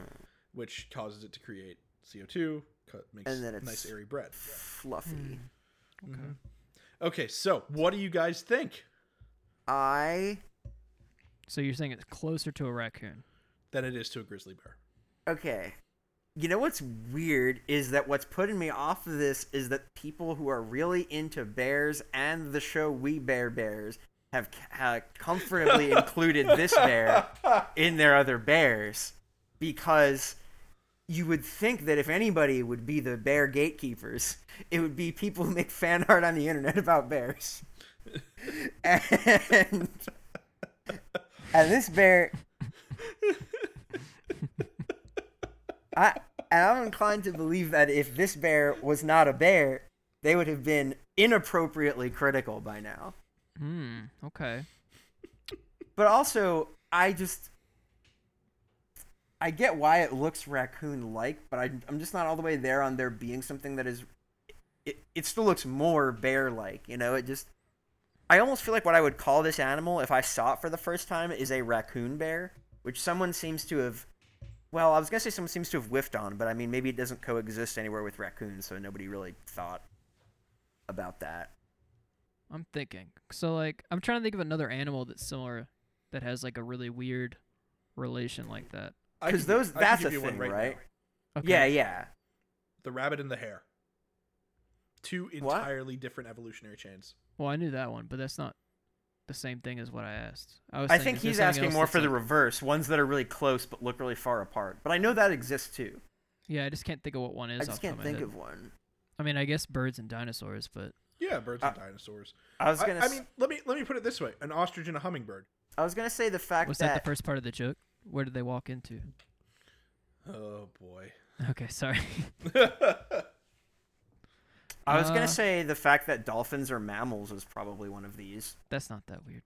B: which causes it to create CO two, makes
C: And then
B: nice
C: it's-
B: airy bread.
C: Uh, fluffy.
A: Okay.
B: Okay, so what do you guys think?
C: I
A: So you're saying it's closer to a raccoon?
B: than it is to a grizzly bear.
C: Okay. You know what's weird is that what's putting me off of this is that people who are really into bears and the show We Bear Bears have, c- have comfortably included this bear in their other bears because you would think that if anybody would be the bear gatekeepers, it would be people who make fan art on the internet about bears. and, and this bear I and I'm inclined to believe that if this bear was not a bear, they would have been inappropriately critical by now.
A: Hmm. Okay.
C: But also, I just I get why it looks raccoon-like, but I, I'm just not all the way there on there being something that is. It, it still looks more bear-like, you know. It just I almost feel like what I would call this animal if I saw it for the first time is a raccoon bear, which someone seems to have. Well, I was gonna say someone seems to have whiffed on, but I mean maybe it doesn't coexist anywhere with raccoons, so nobody really thought about that.
A: I'm thinking. So like, I'm trying to think of another animal that's similar, that has like a really weird relation like that.
B: I
C: Because
B: can give-
C: those
B: I can
C: that's a
B: give you one
C: thing,
B: right
C: right?
B: now.
A: Okay.
C: Yeah, yeah.
B: The rabbit and the hare. Two
C: What?
B: entirely different evolutionary chains.
A: Well, I knew that one, but that's not the same thing as what I asked. I was.
C: I
A: saying,
C: think
A: is there
C: he's
A: something
C: asking
A: else
C: more
A: that's
C: for the
A: like-
C: reverse, ones that are really close but look really far apart. But I know that exists too.
A: yeah, I just can't think of what one is.
C: I just
A: off the
C: can't
A: top
C: think
A: my head.
C: of one.
A: I mean, I guess birds and dinosaurs, but
B: Yeah, birds
C: Uh,
B: and dinosaurs.
C: I was
B: I,
C: gonna.
B: I
C: s-
B: mean, let me let me put it this way: an ostrich and a hummingbird.
C: I was gonna say the fact
A: was
C: that,
A: that, the first part of the joke? Where did they walk into?
B: Oh boy.
A: Okay, sorry.
C: I was
A: Uh,
C: gonna say the fact that dolphins are mammals is probably one of these.
A: That's not that weird.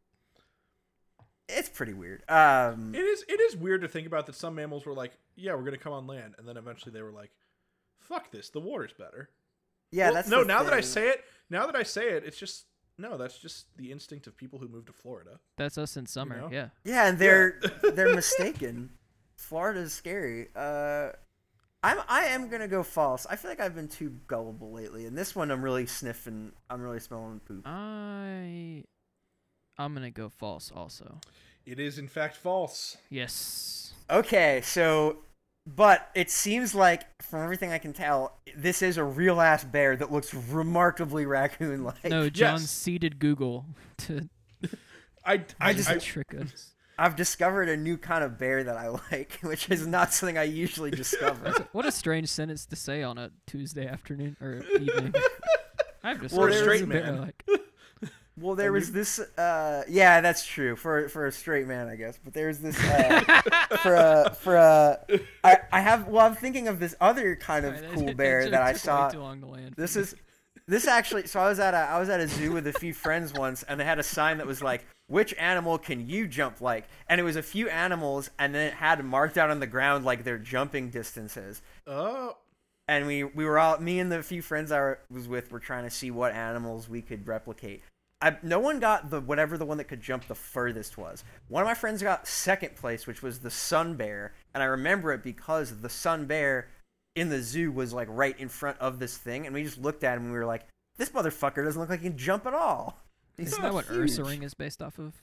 C: It's pretty weird. Um,
B: it is it is weird to think about that some mammals were like, yeah, we're gonna come on land, and then eventually they were like, fuck this, the water's better.
C: yeah,
B: Well,
C: that's
B: no.
C: the
B: Now that I
C: thing.
B: say it, now that I say it, it's just no. That's just the instinct of people who moved to Florida.
A: That's us in summer.
B: know?
A: Yeah.
C: Yeah, and they're they're mistaken. Florida's scary. Uh, I'm I am gonna go false. I feel like I've been too gullible lately, and this one I'm really sniffing. I'm really smelling poop.
A: I I'm gonna go false also.
B: It is in fact false.
A: Yes.
C: Okay, so but it seems like from everything I can tell, this is a real ass bear that looks remarkably raccoon like.
A: No, John
B: yes.
A: seeded Google to,
B: I I,
A: I
B: just,
A: just
B: I
A: trick us.
C: I've discovered a new kind of bear that I like, which is not something I usually discover.
A: What a strange sentence to say on a Tuesday afternoon or evening. I've just
B: Or a
A: this is
B: straight
A: a bit
B: man.
A: Like,
C: well, there was this uh yeah, that's true for for a straight man, I guess, but there's this uh for a for a I I have well, I'm thinking of this other kind of
A: Sorry, that-
C: cool
A: that
C: bear
A: joke
C: that I
A: took way
C: saw
A: too long to land.
C: This is this actually. So I was at a I was at a zoo with a few friends once, and they had a sign that was like, "Which animal can you jump like?" And it was a few animals, and then it had marked out on the ground like their jumping distances.
B: oh
C: And we we were all me and the few friends I was with were trying to see what animals we could replicate. I, no one got the whatever the one that could jump the furthest was. One of my friends got second place, which was the sun bear, and I remember it because the sun bear in the zoo was like right in front of this thing, and we just looked at him and we were like, "This motherfucker doesn't look like he can jump at all." He's
A: Isn't that what
C: huge.
A: Ursa Ring is based off of?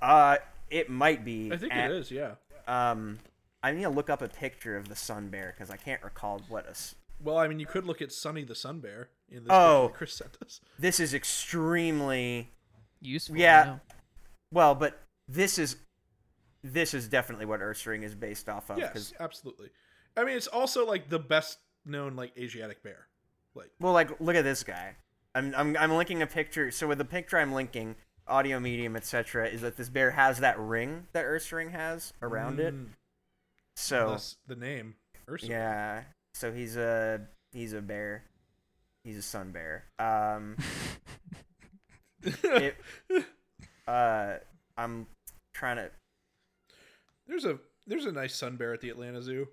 C: Uh, it might be.
B: I think
C: and,
B: it is. Yeah.
C: Um, I need to look up a picture of the sun bear because I can't recall what a s-
B: Well, I mean, you could look at Sonny the Sun Bear in this
C: Oh.
B: picture Chris sent us.
C: this is extremely
A: useful.
C: Yeah.
A: no.
C: Well, but this is this is definitely what Ursaring is based off of.
B: yes,
C: 'cause-
B: absolutely. I mean, it's also like the best known like Asiatic bear. Like
C: well, like look at this guy. I'm I'm I'm linking a picture. So with the picture I'm linking, audio medium, etc., is that this bear has that ring that Ursaring has around it.
B: Mm,
C: So
B: thus the name Ursa.
C: yeah. So he's a he's a bear. He's a sun bear. Um. it, uh, I'm trying to.
B: There's a there's a nice sun bear at the Atlanta Zoo.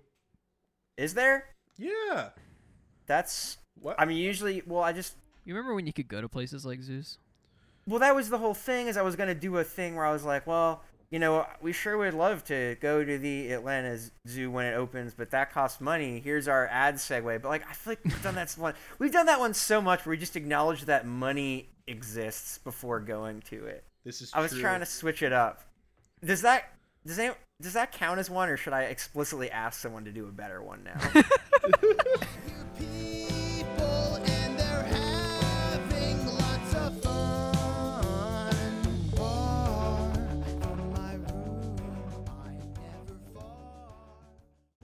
C: Is there?
B: Yeah.
C: That's.
B: What?
C: I mean, usually. Well, I just.
A: You remember when you could go to places like zoos?
C: Well, that was the whole thing. Is I was gonna do a thing where I was like, well, you know, we sure would love to go to the Atlanta Z- Zoo when it opens, but that costs money. Here's our ad segue. But like, I feel like we've done that one. We've done that one so much where we just acknowledge that money exists before going to it.
B: this is.
C: I was
B: true.
C: trying to switch it up. Does that does any, does that count as one, or should I explicitly ask someone to do a better one now?
D: people and they're having lots of fun. Far from my room, I'm never far.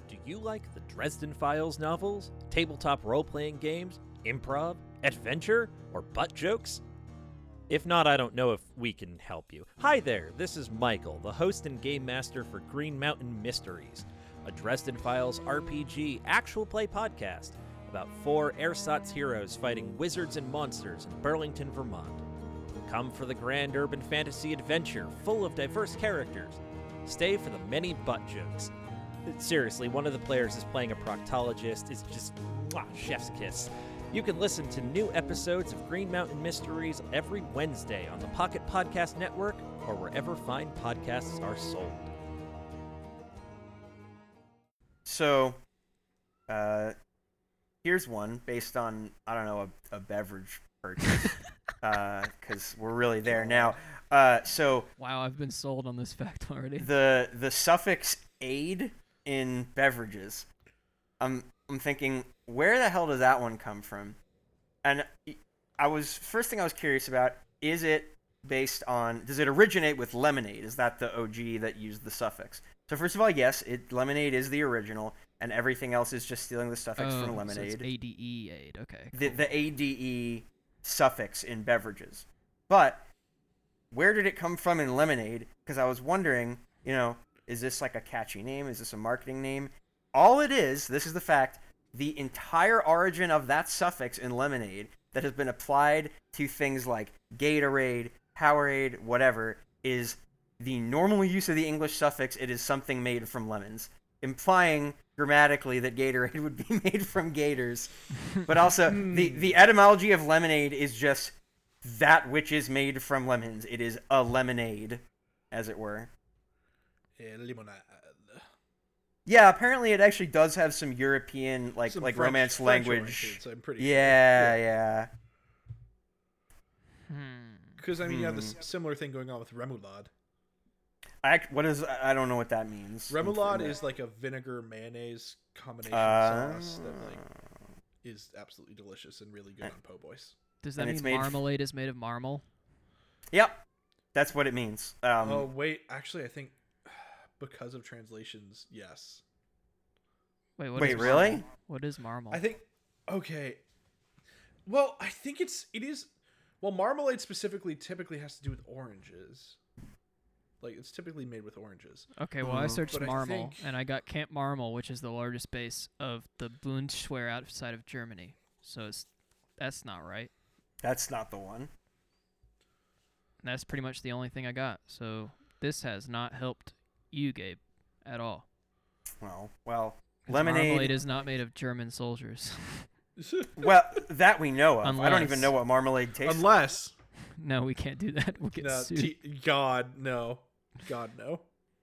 E: Do you like the Dresden Files novels, tabletop role playing games, improv, adventure, or butt jokes? If not, I don't know if we can help you. Hi there, this is Michael, the host and game master for Green Mountain Mysteries, a Dresden Files RPG actual play podcast about four ersatz heroes fighting wizards and monsters in Burlington, Vermont. Come for the grand urban fantasy adventure full of diverse characters. Stay for the many butt jokes. Seriously, one of the players is playing a proctologist. It's just mwah, chef's kiss. You can listen to new episodes of Green Mountain Mysteries every Wednesday on the Pocket Podcast Network or wherever fine podcasts are sold.
C: So, uh, here's one based on I don't know a, a beverage purchase because we're really there now. Uh, so
A: Wow, I've been sold on this fact already.
C: the the suffix "aid" in beverages, I'm I'm thinking where the hell does that one come from? And I was first thing I was curious about is it based on does it originate with lemonade? Is that the OG that used the suffix? So first of all, yes, it lemonade is the original, and everything else is just stealing the suffix
A: Oh,
C: from
A: So
C: lemonade
A: it's ADE aid. Okay.
C: the, the ade suffix in beverages but where did it come from in lemonade because i was wondering you know is this like a catchy name is this a marketing name all it is this is the fact the entire origin of that suffix in lemonade that has been applied to things like gatorade powerade whatever is the normal use of the english suffix it is something made from lemons implying grammatically that gatorade would be made from gators but also the
B: Hmm.
C: the etymology of lemonade is just that which is made from lemons. It is a lemonade, as it were.
B: Eh, limonade.
C: Yeah, apparently it actually does have some European like
B: Some
C: like
B: French-
C: Romance
B: French
C: language.
B: origins, I'm pretty.
C: Yeah, yeah.
B: Because I mean, you have this
C: Hmm.
B: similar thing going on with remoulade.
C: I act- what is I I don't know what that means.
B: Remoulade is like a vinegar mayonnaise combination
C: Uh,
B: sauce that like is absolutely delicious and really
C: Eh.
B: good on po' boys.
A: Does that
C: and it's
A: mean
C: made f-
A: marmalade is made of marmal?
C: Yep. That's what it means. Um,
B: oh wait, actually, I think because of translations, yes.
A: Wait, what is
C: Wait,
A: marmal?
C: really?
A: What is marmal?
B: I think okay. Well, I think it's it is. Well, marmalade specifically typically has to do with oranges. Like it's typically made with oranges.
A: Okay, well, I
C: Uh,
A: searched
B: but I
A: marmal
B: think-
A: and I got Camp Marmal, which is the largest base of the Bundeswehr outside of Germany. So it's that's not right.
C: That's not the one.
A: And that's pretty much the only thing I got. So this has not helped you, Gabe, at all.
C: Well, well,
A: 'Cause Marmalade
C: lemonade.
A: is not made of German soldiers.
C: well, that we know of. I don't even
A: Unless-
C: know what marmalade tastes. like.
B: Unless
A: no, we can't do that. We'll get
B: no,
A: sued.
B: t- God no, God no.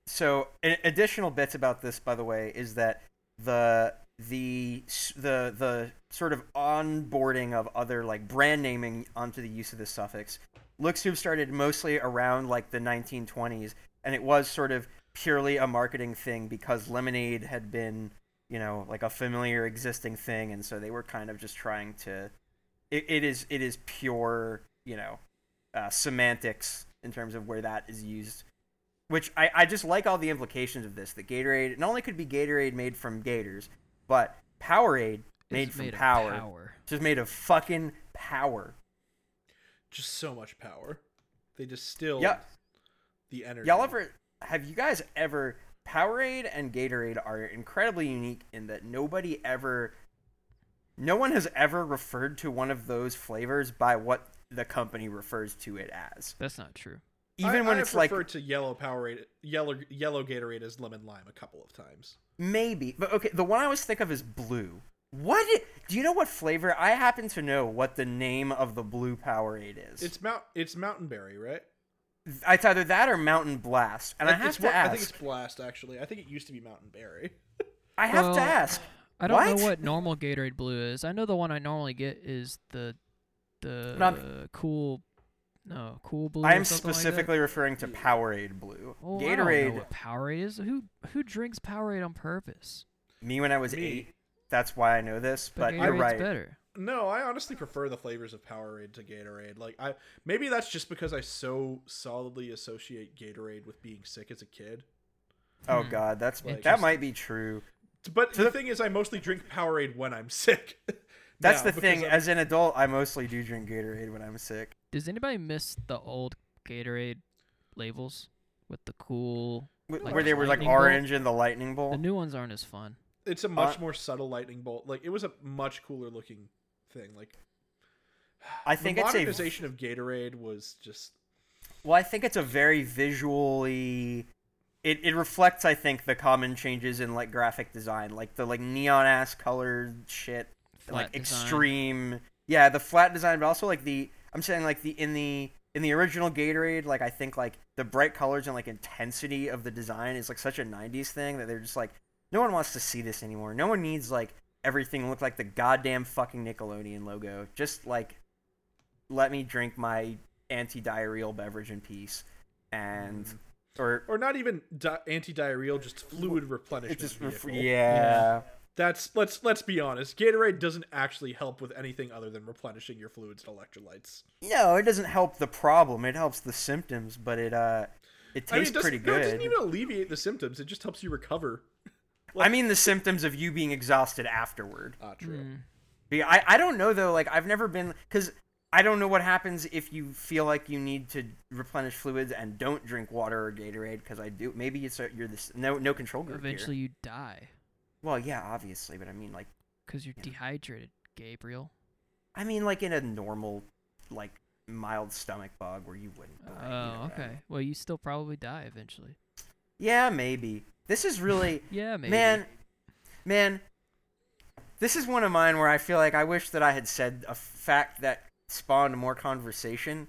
C: So, a- additional bits about this, by the way, is that the the s- the the sort of onboarding of other like brand naming onto the use of this suffix looks to have started mostly around like the 1920s, and it was sort of purely a marketing thing because lemonade had been you know like a familiar existing thing, and so they were kind of just trying to. It, it is it is pure you know uh, semantics in terms of where that is used. Which I, I just like all the implications of this. That Gatorade not only could be Gatorade made from gators, but Powerade made
A: It's
C: from
A: made of
C: power.
A: power.
C: Just made of fucking power.
B: Just so much power. They distilled
C: Yeah.
B: the energy.
C: Y'all ever have you guys ever Powerade and Gatorade are incredibly unique in that nobody ever no one has ever referred to one of those flavors by what the company refers to it as.
A: That's not true.
C: Even
B: I,
C: when
B: I
C: it's
B: have
C: like
B: referred to yellow Powerade, yellow yellow Gatorade as lemon lime a couple of times.
C: maybe, but okay, the one I always think of is blue. What i- do you know what flavor? I happen to know what the name of the blue Powerade is.
B: It's mount it's Mountain Berry, right?
C: it's either that or Mountain Blast, and I, have
B: it's,
C: to
B: one-
C: ask.
B: I think it's Blast actually. I think it used to be Mountain Berry.
C: I have
A: Well,
C: to ask.
A: I don't
C: What?
A: know what normal Gatorade Blue is. I know the one I normally get is the the
C: But I'm-
A: cool no cool blue.
C: I am
A: or something like that.
C: specifically referring to Powerade Blue.
A: Oh, I don't know
C: Gatorade.
A: what Powerade is who who drinks Powerade on purpose?
C: Me when I was
B: Me.
C: eight. That's why I know this, but
A: But
C: you're
A: Gatorade's
C: right.
A: better.
B: No, I honestly prefer the flavors of Powerade to Gatorade. Like I maybe that's just because I so solidly associate Gatorade with being sick as a kid.
C: Oh god, that's
B: Mm. Like-
C: that might be true.
B: But the thing is I mostly drink Powerade when I'm sick.
C: That's
B: now,
C: the
B: because
C: thing.
B: I'm-
C: As an adult, I mostly do drink Gatorade when I'm sick.
A: Does anybody miss the old Gatorade labels with the cool?
C: Wh-
A: Like
C: Where they
A: the
C: were like
A: lightning bolt?
C: orange and the lightning
A: The
C: bolt.
A: new ones aren't as fun.
B: it's a much
C: Uh,
B: more subtle lightning bolt. Like it was a much cooler looking thing. Like
C: I think
B: the
C: it's a
B: modernization of Gatorade was just
C: well. I think it's a very visually. It, it reflects, I think, the common changes in like graphic design, like the like neon ass colored shit,
A: Flat
C: like
A: design.
C: extreme. Yeah, the flat design, but also like the I'm saying like the in the in the original Gatorade, like I think like the bright colors and like intensity of the design is like such a '90s thing that they're just like no one wants to see this anymore. No one needs like everything look like the goddamn fucking Nickelodeon logo. Just like let me drink my anti-diarrheal beverage in peace and or
B: or not even di- anti-diarrheal, just fluid replenishment.
C: it just ref-
B: vehicle.
C: yeah.
B: That's let's let's be honest. Gatorade doesn't actually help with anything other than replenishing your fluids and electrolytes.
C: No, it doesn't help the problem. It helps the symptoms, but it uh, it
B: I mean,
C: tastes
B: it doesn't,
C: pretty
B: No, it
C: good.
B: doesn't even alleviate the symptoms. It just helps you recover.
C: I mean, the symptoms of you being exhausted afterward.
B: Ah,
A: Mm.
B: true.
C: Be- I I don't know though. Like I've never been because I don't know what happens if you feel like you need to replenish fluids and don't drink water or Gatorade because I do. Maybe it's a, you're this no no control group. here.
A: Eventually, you die
C: Well, yeah, obviously, but I mean like
A: because you're dehydrated, Gabriel.
C: I mean like in a normal like mild stomach bug where you wouldn't.
A: Oh,
C: like, you know what I mean.
A: okay. Well, you still probably die eventually.
C: Yeah, maybe. This is really
A: Yeah, maybe.
C: Man, man, this is one of mine where I feel like I wish that I had said a fact that spawned more conversation.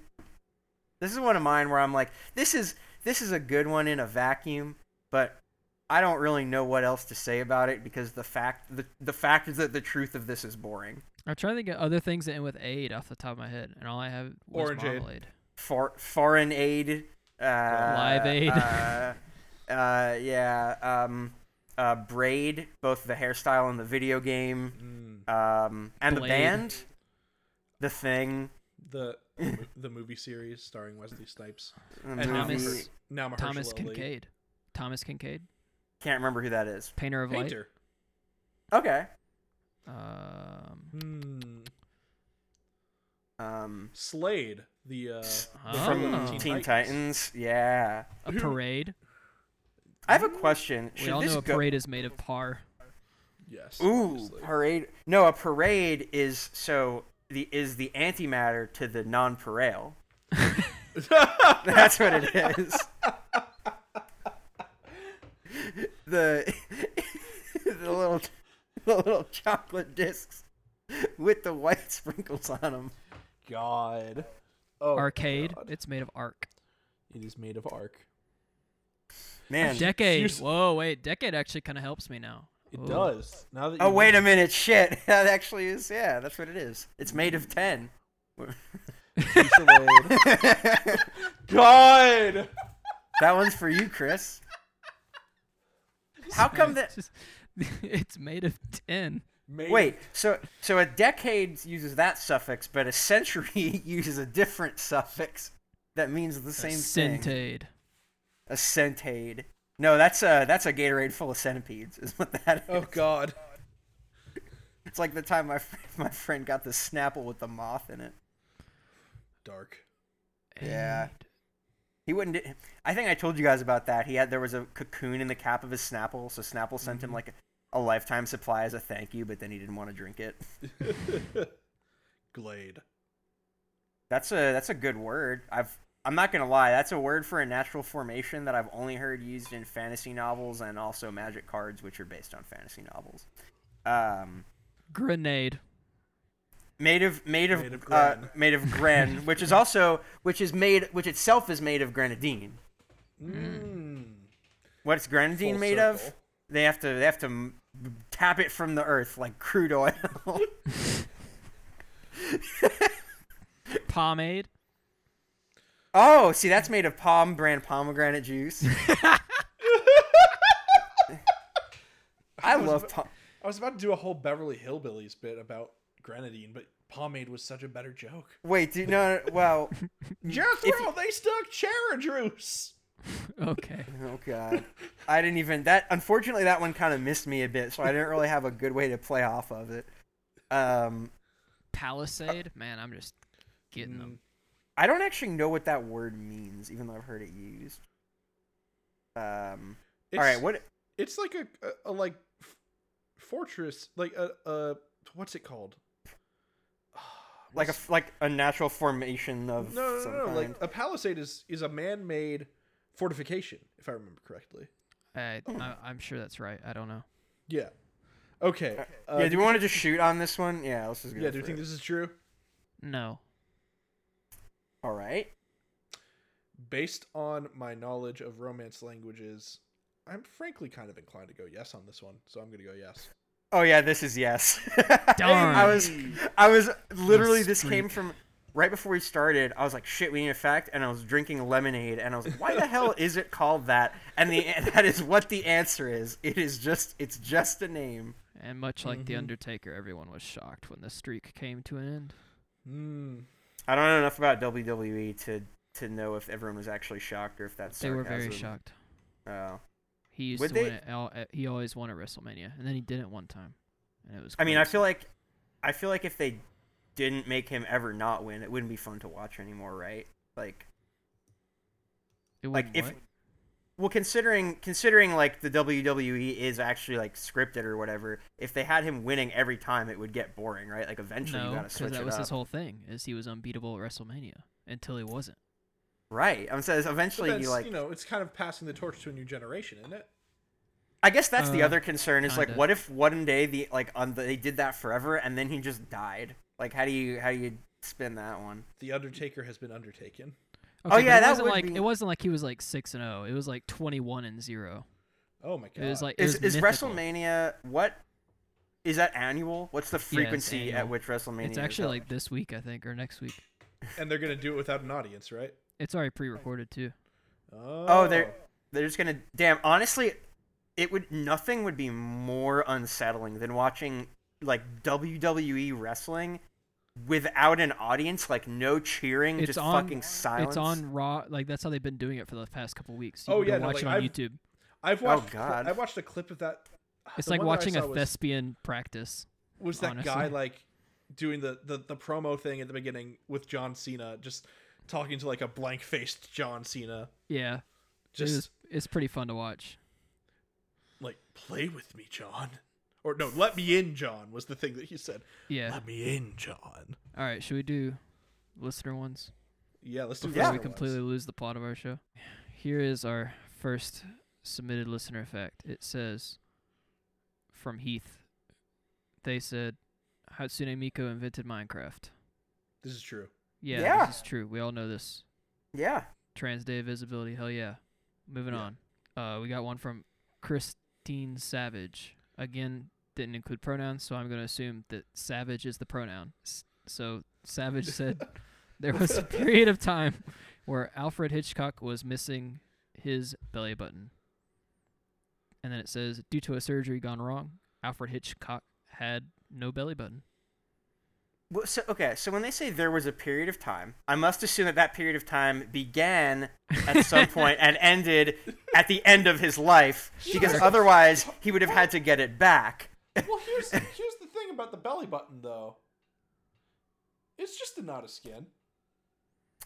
C: This is one of mine where I'm like, this is this is a good one in a vacuum, but I don't really know what else to say about it because the fact the, the fact is that the truth of this is boring.
A: I'm trying to think of other things that end with aid off the top of my head, and all I have was
B: Orange aid.
A: marmalade.
C: For, foreign aid, uh,
A: Live aid.
C: uh, uh, yeah, um, uh, braid, both the hairstyle and the video game.
B: Mm,
C: um, and the
A: Blade.
C: band, the thing,
B: the the mo- the movie series starring Wesley Snipes
C: the
B: and now
A: Thomas-
C: movie.
B: Maher- now Mahershala
A: Thomas
B: Ali.
A: Kincaid. Thomas Kincaid,
C: Can't remember who that is.
A: painter of
B: painter.
C: Okay.
A: light. Um,
B: Hmm.
C: Um,
B: Slade, the uh,
A: Oh.
C: from
B: the
C: Teen, Titans. Yeah.
A: a
B: Who-
A: parade.
C: I have a question.
A: we
C: Should
A: all
C: this
A: know a
C: go-
A: parade is made of par.
B: Yes.
C: Ooh,
B: obviously.
C: parade. No, a parade is so the is the antimatter to the non-parale. That's what it is. the the little the little chocolate discs with the white sprinkles on them.
B: God. Oh,
A: Arcade.
B: God.
A: It's made of arc.
B: It is made of arc.
C: Man,
A: Decade.
B: Use-
A: Whoa, wait. Decade actually kind of helps me now.
B: It
A: Ooh.
B: does. Now that
C: Oh
B: you
C: wait a minute, shit. That actually is yeah, that's what it is. It's made of ten.
B: minute, God.
C: That one's for you, Chris. How come that
A: It's made of tin.
B: Made
C: Wait, so so a decade uses that suffix, but a century uses a different suffix that means the same thing.
A: Centade.
C: A centade. No, that's a that's a Gatorade full of centipedes. Is what that is.
B: Oh God.
C: It's like the time my fr- my friend got the Snapple with the moth in it.
B: Dark.
C: Yeah. He wouldn't. d- I think I told you guys about that. He had there was a cocoon in the cap of his Snapple, so Snapple sent
B: Mm-hmm.
C: him like a, a lifetime supply as a thank you, but then he didn't want to drink it.
B: Glade.
C: That's a that's a good word. I've I'm not gonna lie, that's a word for a natural formation that I've only heard used in fantasy novels and also magic cards, which are based on fantasy novels. Um,
A: Grenade.
C: made of made of
B: Made of
C: uh,
B: gren.
C: made of gren, which is also which is made which itself is made of grenadine.
B: Mm.
C: What's grenadine
B: Full
C: made of?
B: circle.
C: They have to they have to m- tap it from the earth like crude oil.
A: Pomade.
C: oh, see that's made of palm brand pomegranate juice. I love pom-
B: I was about to do a whole Beverly Hillbillies bit about grenadine, but pomade was such a better joke.
C: Wait, do no, no well, Mm.
B: Jerk world, they stuck cherry juice.
A: Okay.
C: oh god. I didn't even that unfortunately that one kind of missed me a bit, so I didn't really have a good way to play off of it. Um
A: Palisade. Man, I'm just
B: Mm.
A: getting them.
C: I don't actually know what that word means even though I've heard it used. Um
B: It's,
C: all right, what
B: It's like a, a, a like f- fortress, like a, a what's it called?
C: like a like a natural formation of
B: No, no,
C: some
B: no, no.
C: kind.
B: Like a palisade is is a man-made fortification, if I remember correctly.
A: I, I, I'm sure that's right. I don't know.
B: Yeah. Okay. Uh,
C: yeah, do we want to just shoot on this one? Yeah, let's just go.
B: yeah, do you
C: for
B: think
C: it.
B: this is true?
A: No.
C: All right.
B: Based on my knowledge of Romance languages, I'm frankly kind of inclined to go yes on this one, so I'm going to go yes.
C: Oh yeah, this is yes.
A: Darn.
C: I was, I was literally.
A: Nice
C: This came
A: streak.
C: from right before we started. I was like, "Shit, we need a fact," and I was drinking lemonade, and I was like, "Why the hell is it called that?" And the and that is what the answer is. It is just, it's just a name.
A: And much like The Undertaker, everyone was shocked when the streak came to an end.
B: Hmm.
C: I don't know enough about WWE to to know if everyone was actually shocked or if that's
A: They were very
C: sarcasm.
A: shocked.
C: Oh.
A: He used
C: Would
A: to
C: they-
A: win it. Al- uh, He always won at WrestleMania, and then he didn't one time, and it was.
C: I mean, I
A: crazy.
C: feel like, I feel like if they didn't make him ever not win, it wouldn't be fun to watch anymore, right? Like,
A: It
C: like
A: wouldn't
C: if
A: what?
C: well considering considering like the WWE is actually like scripted or whatever, if they had him winning every time it would get boring, right? Like eventually you
A: no,
C: got to
A: because
C: switch
A: that
C: it
A: was
C: up.
A: his whole thing is he was unbeatable at WrestleMania until he wasn't.
C: right. I'm saying
B: But
C: eventually
B: that's,
C: you like
B: you know, it's kind of passing the torch to a new generation, isn't it?
C: I guess that's the
A: Uh,
C: other concern is like
A: kinda.
C: what if one day the like on the, they did that forever and then he just died? Like how do you how do you spin that one?
B: The Undertaker has been undertaken.
A: Okay, but
C: Oh, yeah,
A: it
C: that
A: wasn't
C: would
A: like
C: be-
A: it wasn't like he was like six and zero. It was like twenty one and zero.
B: Oh my god.
A: It was like it
C: Is
A: was
C: is
A: mythical.
C: WrestleMania what is that annual? What's the frequency at
A: annual.
C: which WrestleMania?
A: It's
C: is
A: actually
C: held?
A: like this week, I think, or next week.
B: and they're going to do it without an audience, right?
A: It's already pre-recorded too.
B: Oh.
C: Oh, they're they're just gonna damn. Honestly, it would nothing would be more unsettling than watching like WWE wrestling without an audience, like no cheering,
A: It's
C: just
A: on.
C: fucking silence.
A: It's on Raw. Like that's how they've been doing it for the past couple weeks. You
B: Oh,
A: can go
B: yeah, no,
A: watch
B: like,
A: it on
B: I've-
A: YouTube.
B: I've watched
C: Oh, God.
B: I've watched a clip of that.
A: It's
B: The
A: like
B: one that I
A: watching a
B: saw was-
A: thespian practice.
B: was that
A: honestly.
B: guy like doing the, the the promo thing at the beginning with John Cena, just talking to like a blank faced John Cena,
A: Yeah, it
B: just
A: was- it's pretty fun to watch.
B: like play with me, John, or no, let me in, John was the thing that he said.
A: Yeah.
B: Let me in, John.
A: All right, should we do listener ones?
B: Yeah, let's do
A: before
B: yeah.
A: we completely lose the plot of our show. Here is our first submitted listener fact. It says from Heath. They said Hatsune Miku invented Minecraft.
B: This is true.
A: Yeah,
C: Yeah.
A: this is true. We all know this.
C: Yeah.
A: Trans day of visibility. Hell yeah. Moving
B: Yeah.
A: on. Uh, we got one from Christine Savage. Again, didn't include pronouns, so I'm going to assume that Savage is the pronoun. S- so Savage said there was a period of time where Alfred Hitchcock was missing his belly button. And then it says, due to a surgery gone wrong, Alfred Hitchcock had no belly button.
C: Well, so okay, so when they say there was a period of time, I must assume that that period of time began at some point and ended at the end of his life, because
B: Sure.
C: otherwise he would have had to get it back.
B: Well, here's here's the thing about the belly button though. It's just a knot of skin.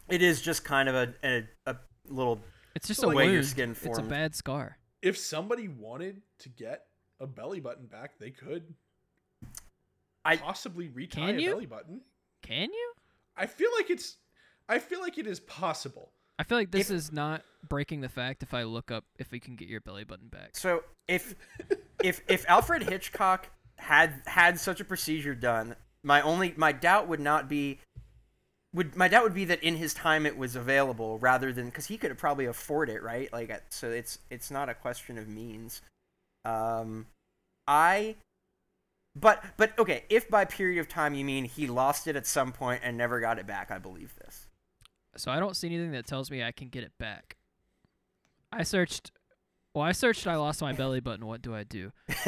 C: It is just kind of a a, a little
A: It's just
C: The
A: a
C: way your
A: wound.
C: skin
A: It's a
C: formed.
A: bad scar.
B: If somebody wanted to get a belly button back, they could
C: I-
B: possibly retie
A: Can
B: a
A: you?
B: belly button.
A: Can you?
B: I feel like it's I feel like it is possible.
A: I feel like this
C: If-
A: is not breaking the fact if I look up if we can get your belly button back.
C: So if if if Alfred Hitchcock had had such a procedure done, my only my doubt would not be would my doubt would be that in his time it was available rather than because he could have probably afford it, right? Like I- so it's it's not a question of means. Um, I. But but okay, if by period of time you mean he lost it at some point and never got it back, I believe this.
A: So I don't see anything that tells me I can get it back. I searched. Well, I searched. I lost my belly button. What do I do?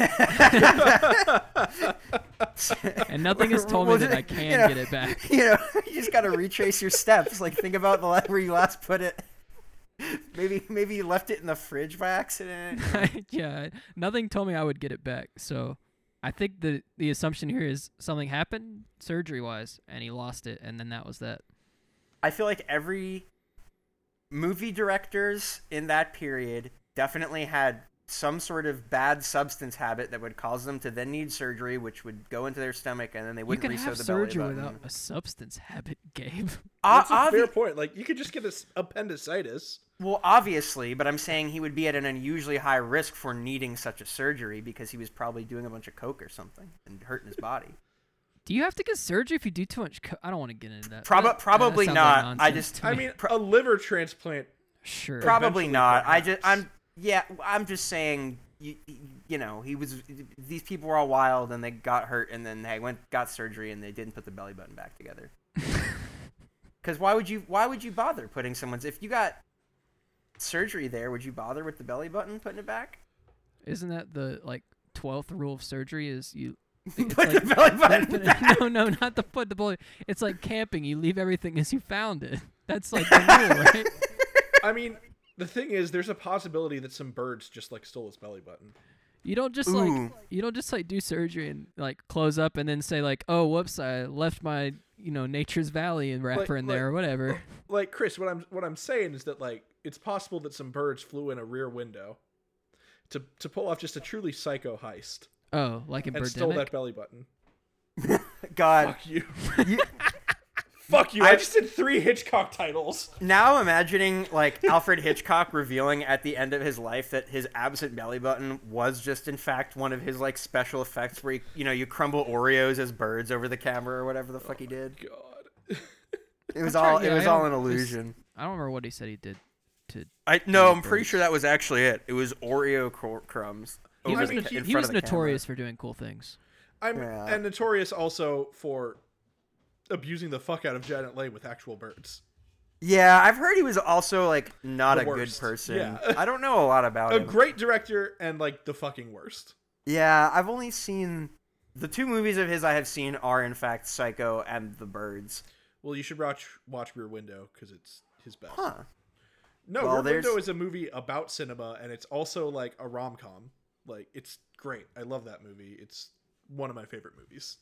A: And nothing has told me
C: Well,
A: that I
C: you
A: can
C: know-
A: get it back.
C: You know, you just gotta retrace your steps. Like think about the la- where you last put it. Maybe maybe you left it in the fridge by accident.
A: yeah, nothing told me I would get it back. So I think the the assumption here is something happened surgery wise, and he lost it, and then that was that.
C: I feel like every movie directors in that period definitely had some sort of bad substance habit that would cause them to then need surgery, which would go into their stomach, and then they
A: You
C: wouldn't
A: can
C: resew
A: have
C: the
A: surgery
C: belly
A: without
C: button.
A: a substance habit, Gabe.
C: O-
B: That's a fair
C: obvi-
B: point. Like you could just get a s appendicitis.
C: Well, obviously, but I'm saying he would be at an unusually high risk for needing such a surgery because he was probably doing a bunch of coke or something and hurting his body.
A: Do you have to get surgery if you do too much? Co- I don't want to get into that.
C: Proba-
A: That- that
C: probably
A: sounds
C: not.
A: like
C: I
A: nonsense
C: just-
A: to
B: I
A: me.
B: mean, a liver transplant.
A: sure.
C: Probably
B: Eventually,
C: not. I just,
B: perhaps.
C: I'm, yeah, I'm just saying, you, you know, he was, these people were all wild and they got hurt and then they went, got surgery and they didn't put the belly button back together. Because why would you, why would you bother putting someone's, if you got surgery there, would you bother with the belly button putting it back?
A: Isn't that the like twelfth rule of surgery? Is you
C: Put
A: it's
C: the belly button back.
A: no, no, not the put the bullet. It's like camping. You leave everything as you found it. That's like the rule, right?
B: I mean, the thing is, there's a possibility that some birds just like stole his belly button.
A: You don't just
C: Ooh.
A: like you don't just like do surgery and like close up and then say like, oh, whoops, I left my you know Nature's Valley and wrapper in there
B: like-
A: or whatever.
B: Like Chris, what I'm what I'm saying is that like it's possible that some birds flew in a rear window to to pull off just a truly psycho heist
A: Oh, like in
B: and stole
A: Birdemic.
B: that belly button.
C: God.
B: Fuck you.
C: You,
B: Fuck you.
C: I-
B: I just did three Hitchcock titles.
C: now imagining like Alfred Hitchcock revealing at the end of his life that his absent belly button was just in fact one of his like special effects where you, you know you crumble Oreos as birds over the camera or whatever the fuck he did.
B: God.
C: It was
A: I'm
C: all
A: trying-
C: it
A: yeah,
C: was
A: I
C: all an
A: don't- this-
C: illusion.
A: I don't remember what he said he did. To
C: I no, I'm pretty sure that was actually it. It was Oreo cr- crumbs.
A: he
C: over
A: was,
C: the
B: mean,
C: ca-
B: he-
C: in
A: he
C: front
A: was
C: of the camera.
A: notorious for doing cool things.
B: I'm
C: Yeah.
B: and notorious also for abusing the fuck out of Janet Leigh with actual birds.
C: Yeah, I've heard he was also like not
B: The
C: a
B: worst.
C: good person.
B: Yeah.
C: I don't know a lot about
B: A
C: him.
B: great director and like the fucking worst.
C: Yeah, I've only seen the two movies of his I have seen are in fact Psycho and The Birds.
B: Well, you should watch watch Rear Window because it's his best.
C: Huh.
B: No,
C: Well,
B: Rear
C: there's-
B: Window is a movie about cinema, and it's also like a rom com. Like it's great. I love that movie. It's one of my favorite movies.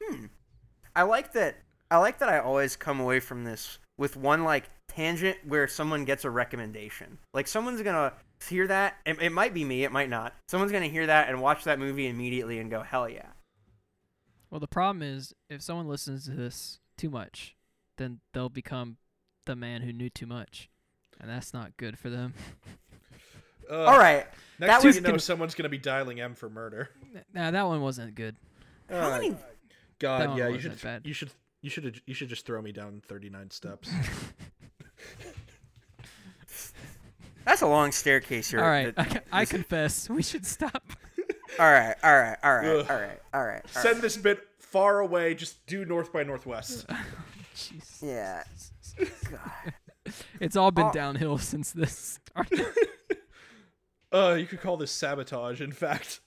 C: I like that. I like that. I always come away from this with one like tangent where someone gets a recommendation. Like someone's gonna hear that. It, it might be me. It might not. Someone's gonna hear that and watch that movie immediately and go, "Hell yeah!"
A: Well, the problem is if someone listens to this too much, then they'll become the man who knew too much, and that's not good for them.
B: Uh,
C: All right.
B: Next
C: that
B: thing
C: was
B: you know,
C: con-
B: someone's gonna be dialing M for murder.
A: nah, that one wasn't good.
C: How many?
A: That
B: God,
A: one
B: yeah, you
A: wasn't
B: should,
A: bad.
B: you should, you should, you should just throw me down thirty nine steps.
C: That's a long staircase here.
A: All right,
C: that-
A: I, c- I confess, we should stop.
C: all right. All right. All right.
B: Ugh.
C: All right. All right. all
B: Send
C: right.
B: this bit far away. Just do North by Northwest.
A: Jeez.
C: Yeah.
A: It's all been
C: Oh.
A: downhill since this started.
B: Uh, you could call this sabotage. In fact,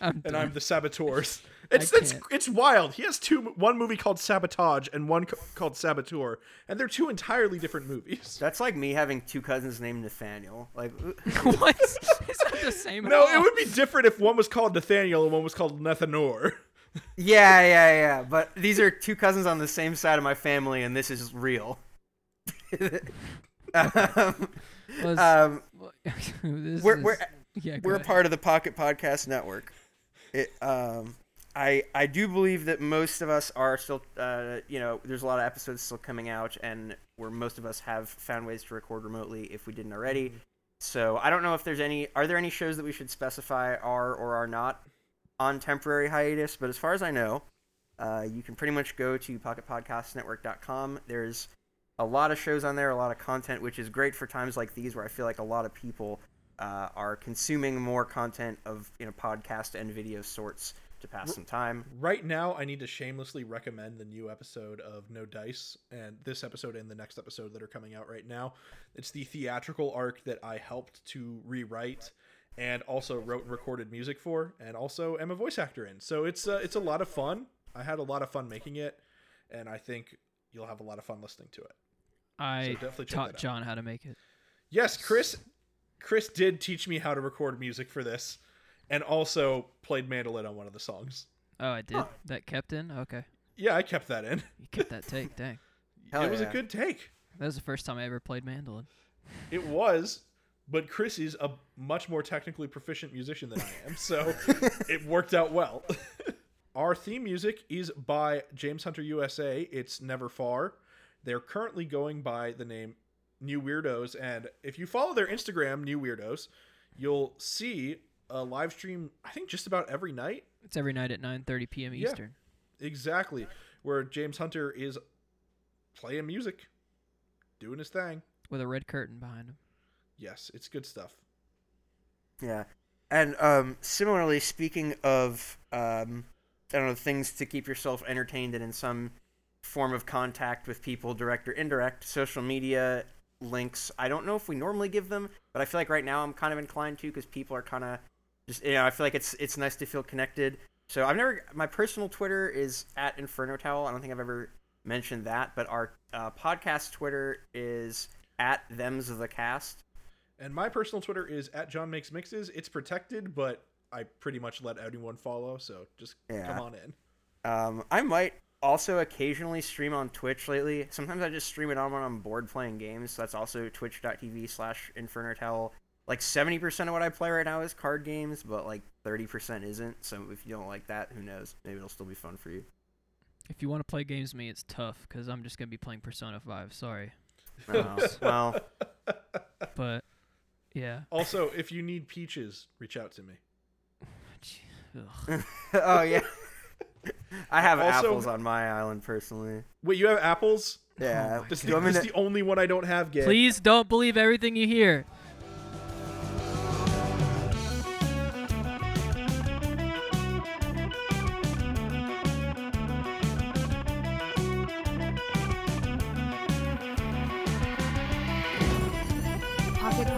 A: I'm
B: and
A: done.
B: I'm the saboteurs. It's it's
A: can't.
B: it's wild. He has two one movie called Sabotage and one co- called Saboteur, and they're two entirely different movies.
C: That's like me having two cousins named Nathaniel. Like,
A: what? Is that the same? at
B: No, it
A: all?
B: would be different if one was called Nathaniel and one was called Nathanor.
C: yeah, yeah, yeah. But these are two cousins on the same side of my family, and this is real. um,
A: Was-
C: um,
A: this
C: we're,
A: is-
C: we're
A: yeah, go
C: we're a
A: ahead.
C: part of the Pocket Podcast Network. It, um, I I do believe that most of us are still, uh, you know, there's a lot of episodes still coming out, and where most of us have found ways to record remotely if we didn't already.
A: Mm-hmm.
C: So I don't know if there's any. Are there any shows that we should specify are or are not on temporary hiatus? But as far as I know, uh, you can pretty much go to pocketpodcastnetwork.com. There's a lot of shows on there, a lot of content, which is great for times like these where I feel like a lot of people uh, are consuming more content of you know podcast and video sorts to pass some time.
B: Right now, I need to shamelessly recommend the new episode of No Dice and this episode and the next episode that are coming out right now. It's the theatrical arc that I helped to rewrite and also wrote and recorded music for, and also am a voice actor in. So it's uh, it's a lot of fun. I had a lot of fun making it, and I think you'll have a lot of fun listening to it.
A: I
B: definitely check that
A: taught
B: out.
A: John how to make it.
B: Yes, Chris. Chris did teach me how to record music for this, and also played mandolin on one of the songs.
A: Oh, I did. That kept in. Okay,
B: Yeah, I kept that in.
A: you kept that take. Dang,
C: Hell
B: it was a
C: yeah.
B: good take.
A: that was the first time I ever played mandolin.
B: It was, but Chris is a much more technically proficient musician than I am, so it worked out well. Our theme music is by James Hunter USA. It's Never Far. They're currently going by the name New Weirdos, and if you follow their Instagram, New Weirdos, you'll see a live stream. I think just about every night
A: It's every night at 9:30 p.m.
B: Yeah.
A: Eastern.
B: Exactly. Where James Hunter is playing music, doing his thing.
A: with a red curtain behind him.
B: Yes, it's good stuff.
C: Yeah. And um, similarly, speaking of, um, I don't know, things to keep yourself entertained and in some form of contact with people, direct or indirect, social media links. I don't know if we normally give them, but I feel like right now I'm kind of inclined to because people are kind of just, you know, I feel like it's it's nice to feel connected. So I've never, my personal Twitter is at Inferno Towel. I don't think I've ever mentioned that, but our uh, podcast Twitter is at Them's the Cast.
B: And my personal Twitter is at John Makes Mixes. It's protected, but I pretty much let anyone follow, so just
C: Yeah.
B: come on in.
C: Um, I might also occasionally stream on Twitch lately. Sometimes I just stream it on when I'm bored playing games. So that's also twitch.tv slash infernotel. Like 70% of what I play right now is card games, but like 30% isn't. So if you don't like that, who knows? Maybe it'll still be fun for you.
A: If you want to play games with me, it's tough because I'm just gonna be playing Persona 5. Sorry,
C: I don't know. well,
A: but yeah.
B: Also, if you need peaches, reach out to me.
A: Gee, ugh.
C: oh yeah. I have
B: Also-
C: apples on my island personally.
B: Wait, you have apples?
C: Yeah.
A: my
B: This is
C: Do you
B: the,
C: want me
B: this
C: to-
B: is the only one I don't have, Gabe.
A: Please don't believe everything you hear.
F: Pocket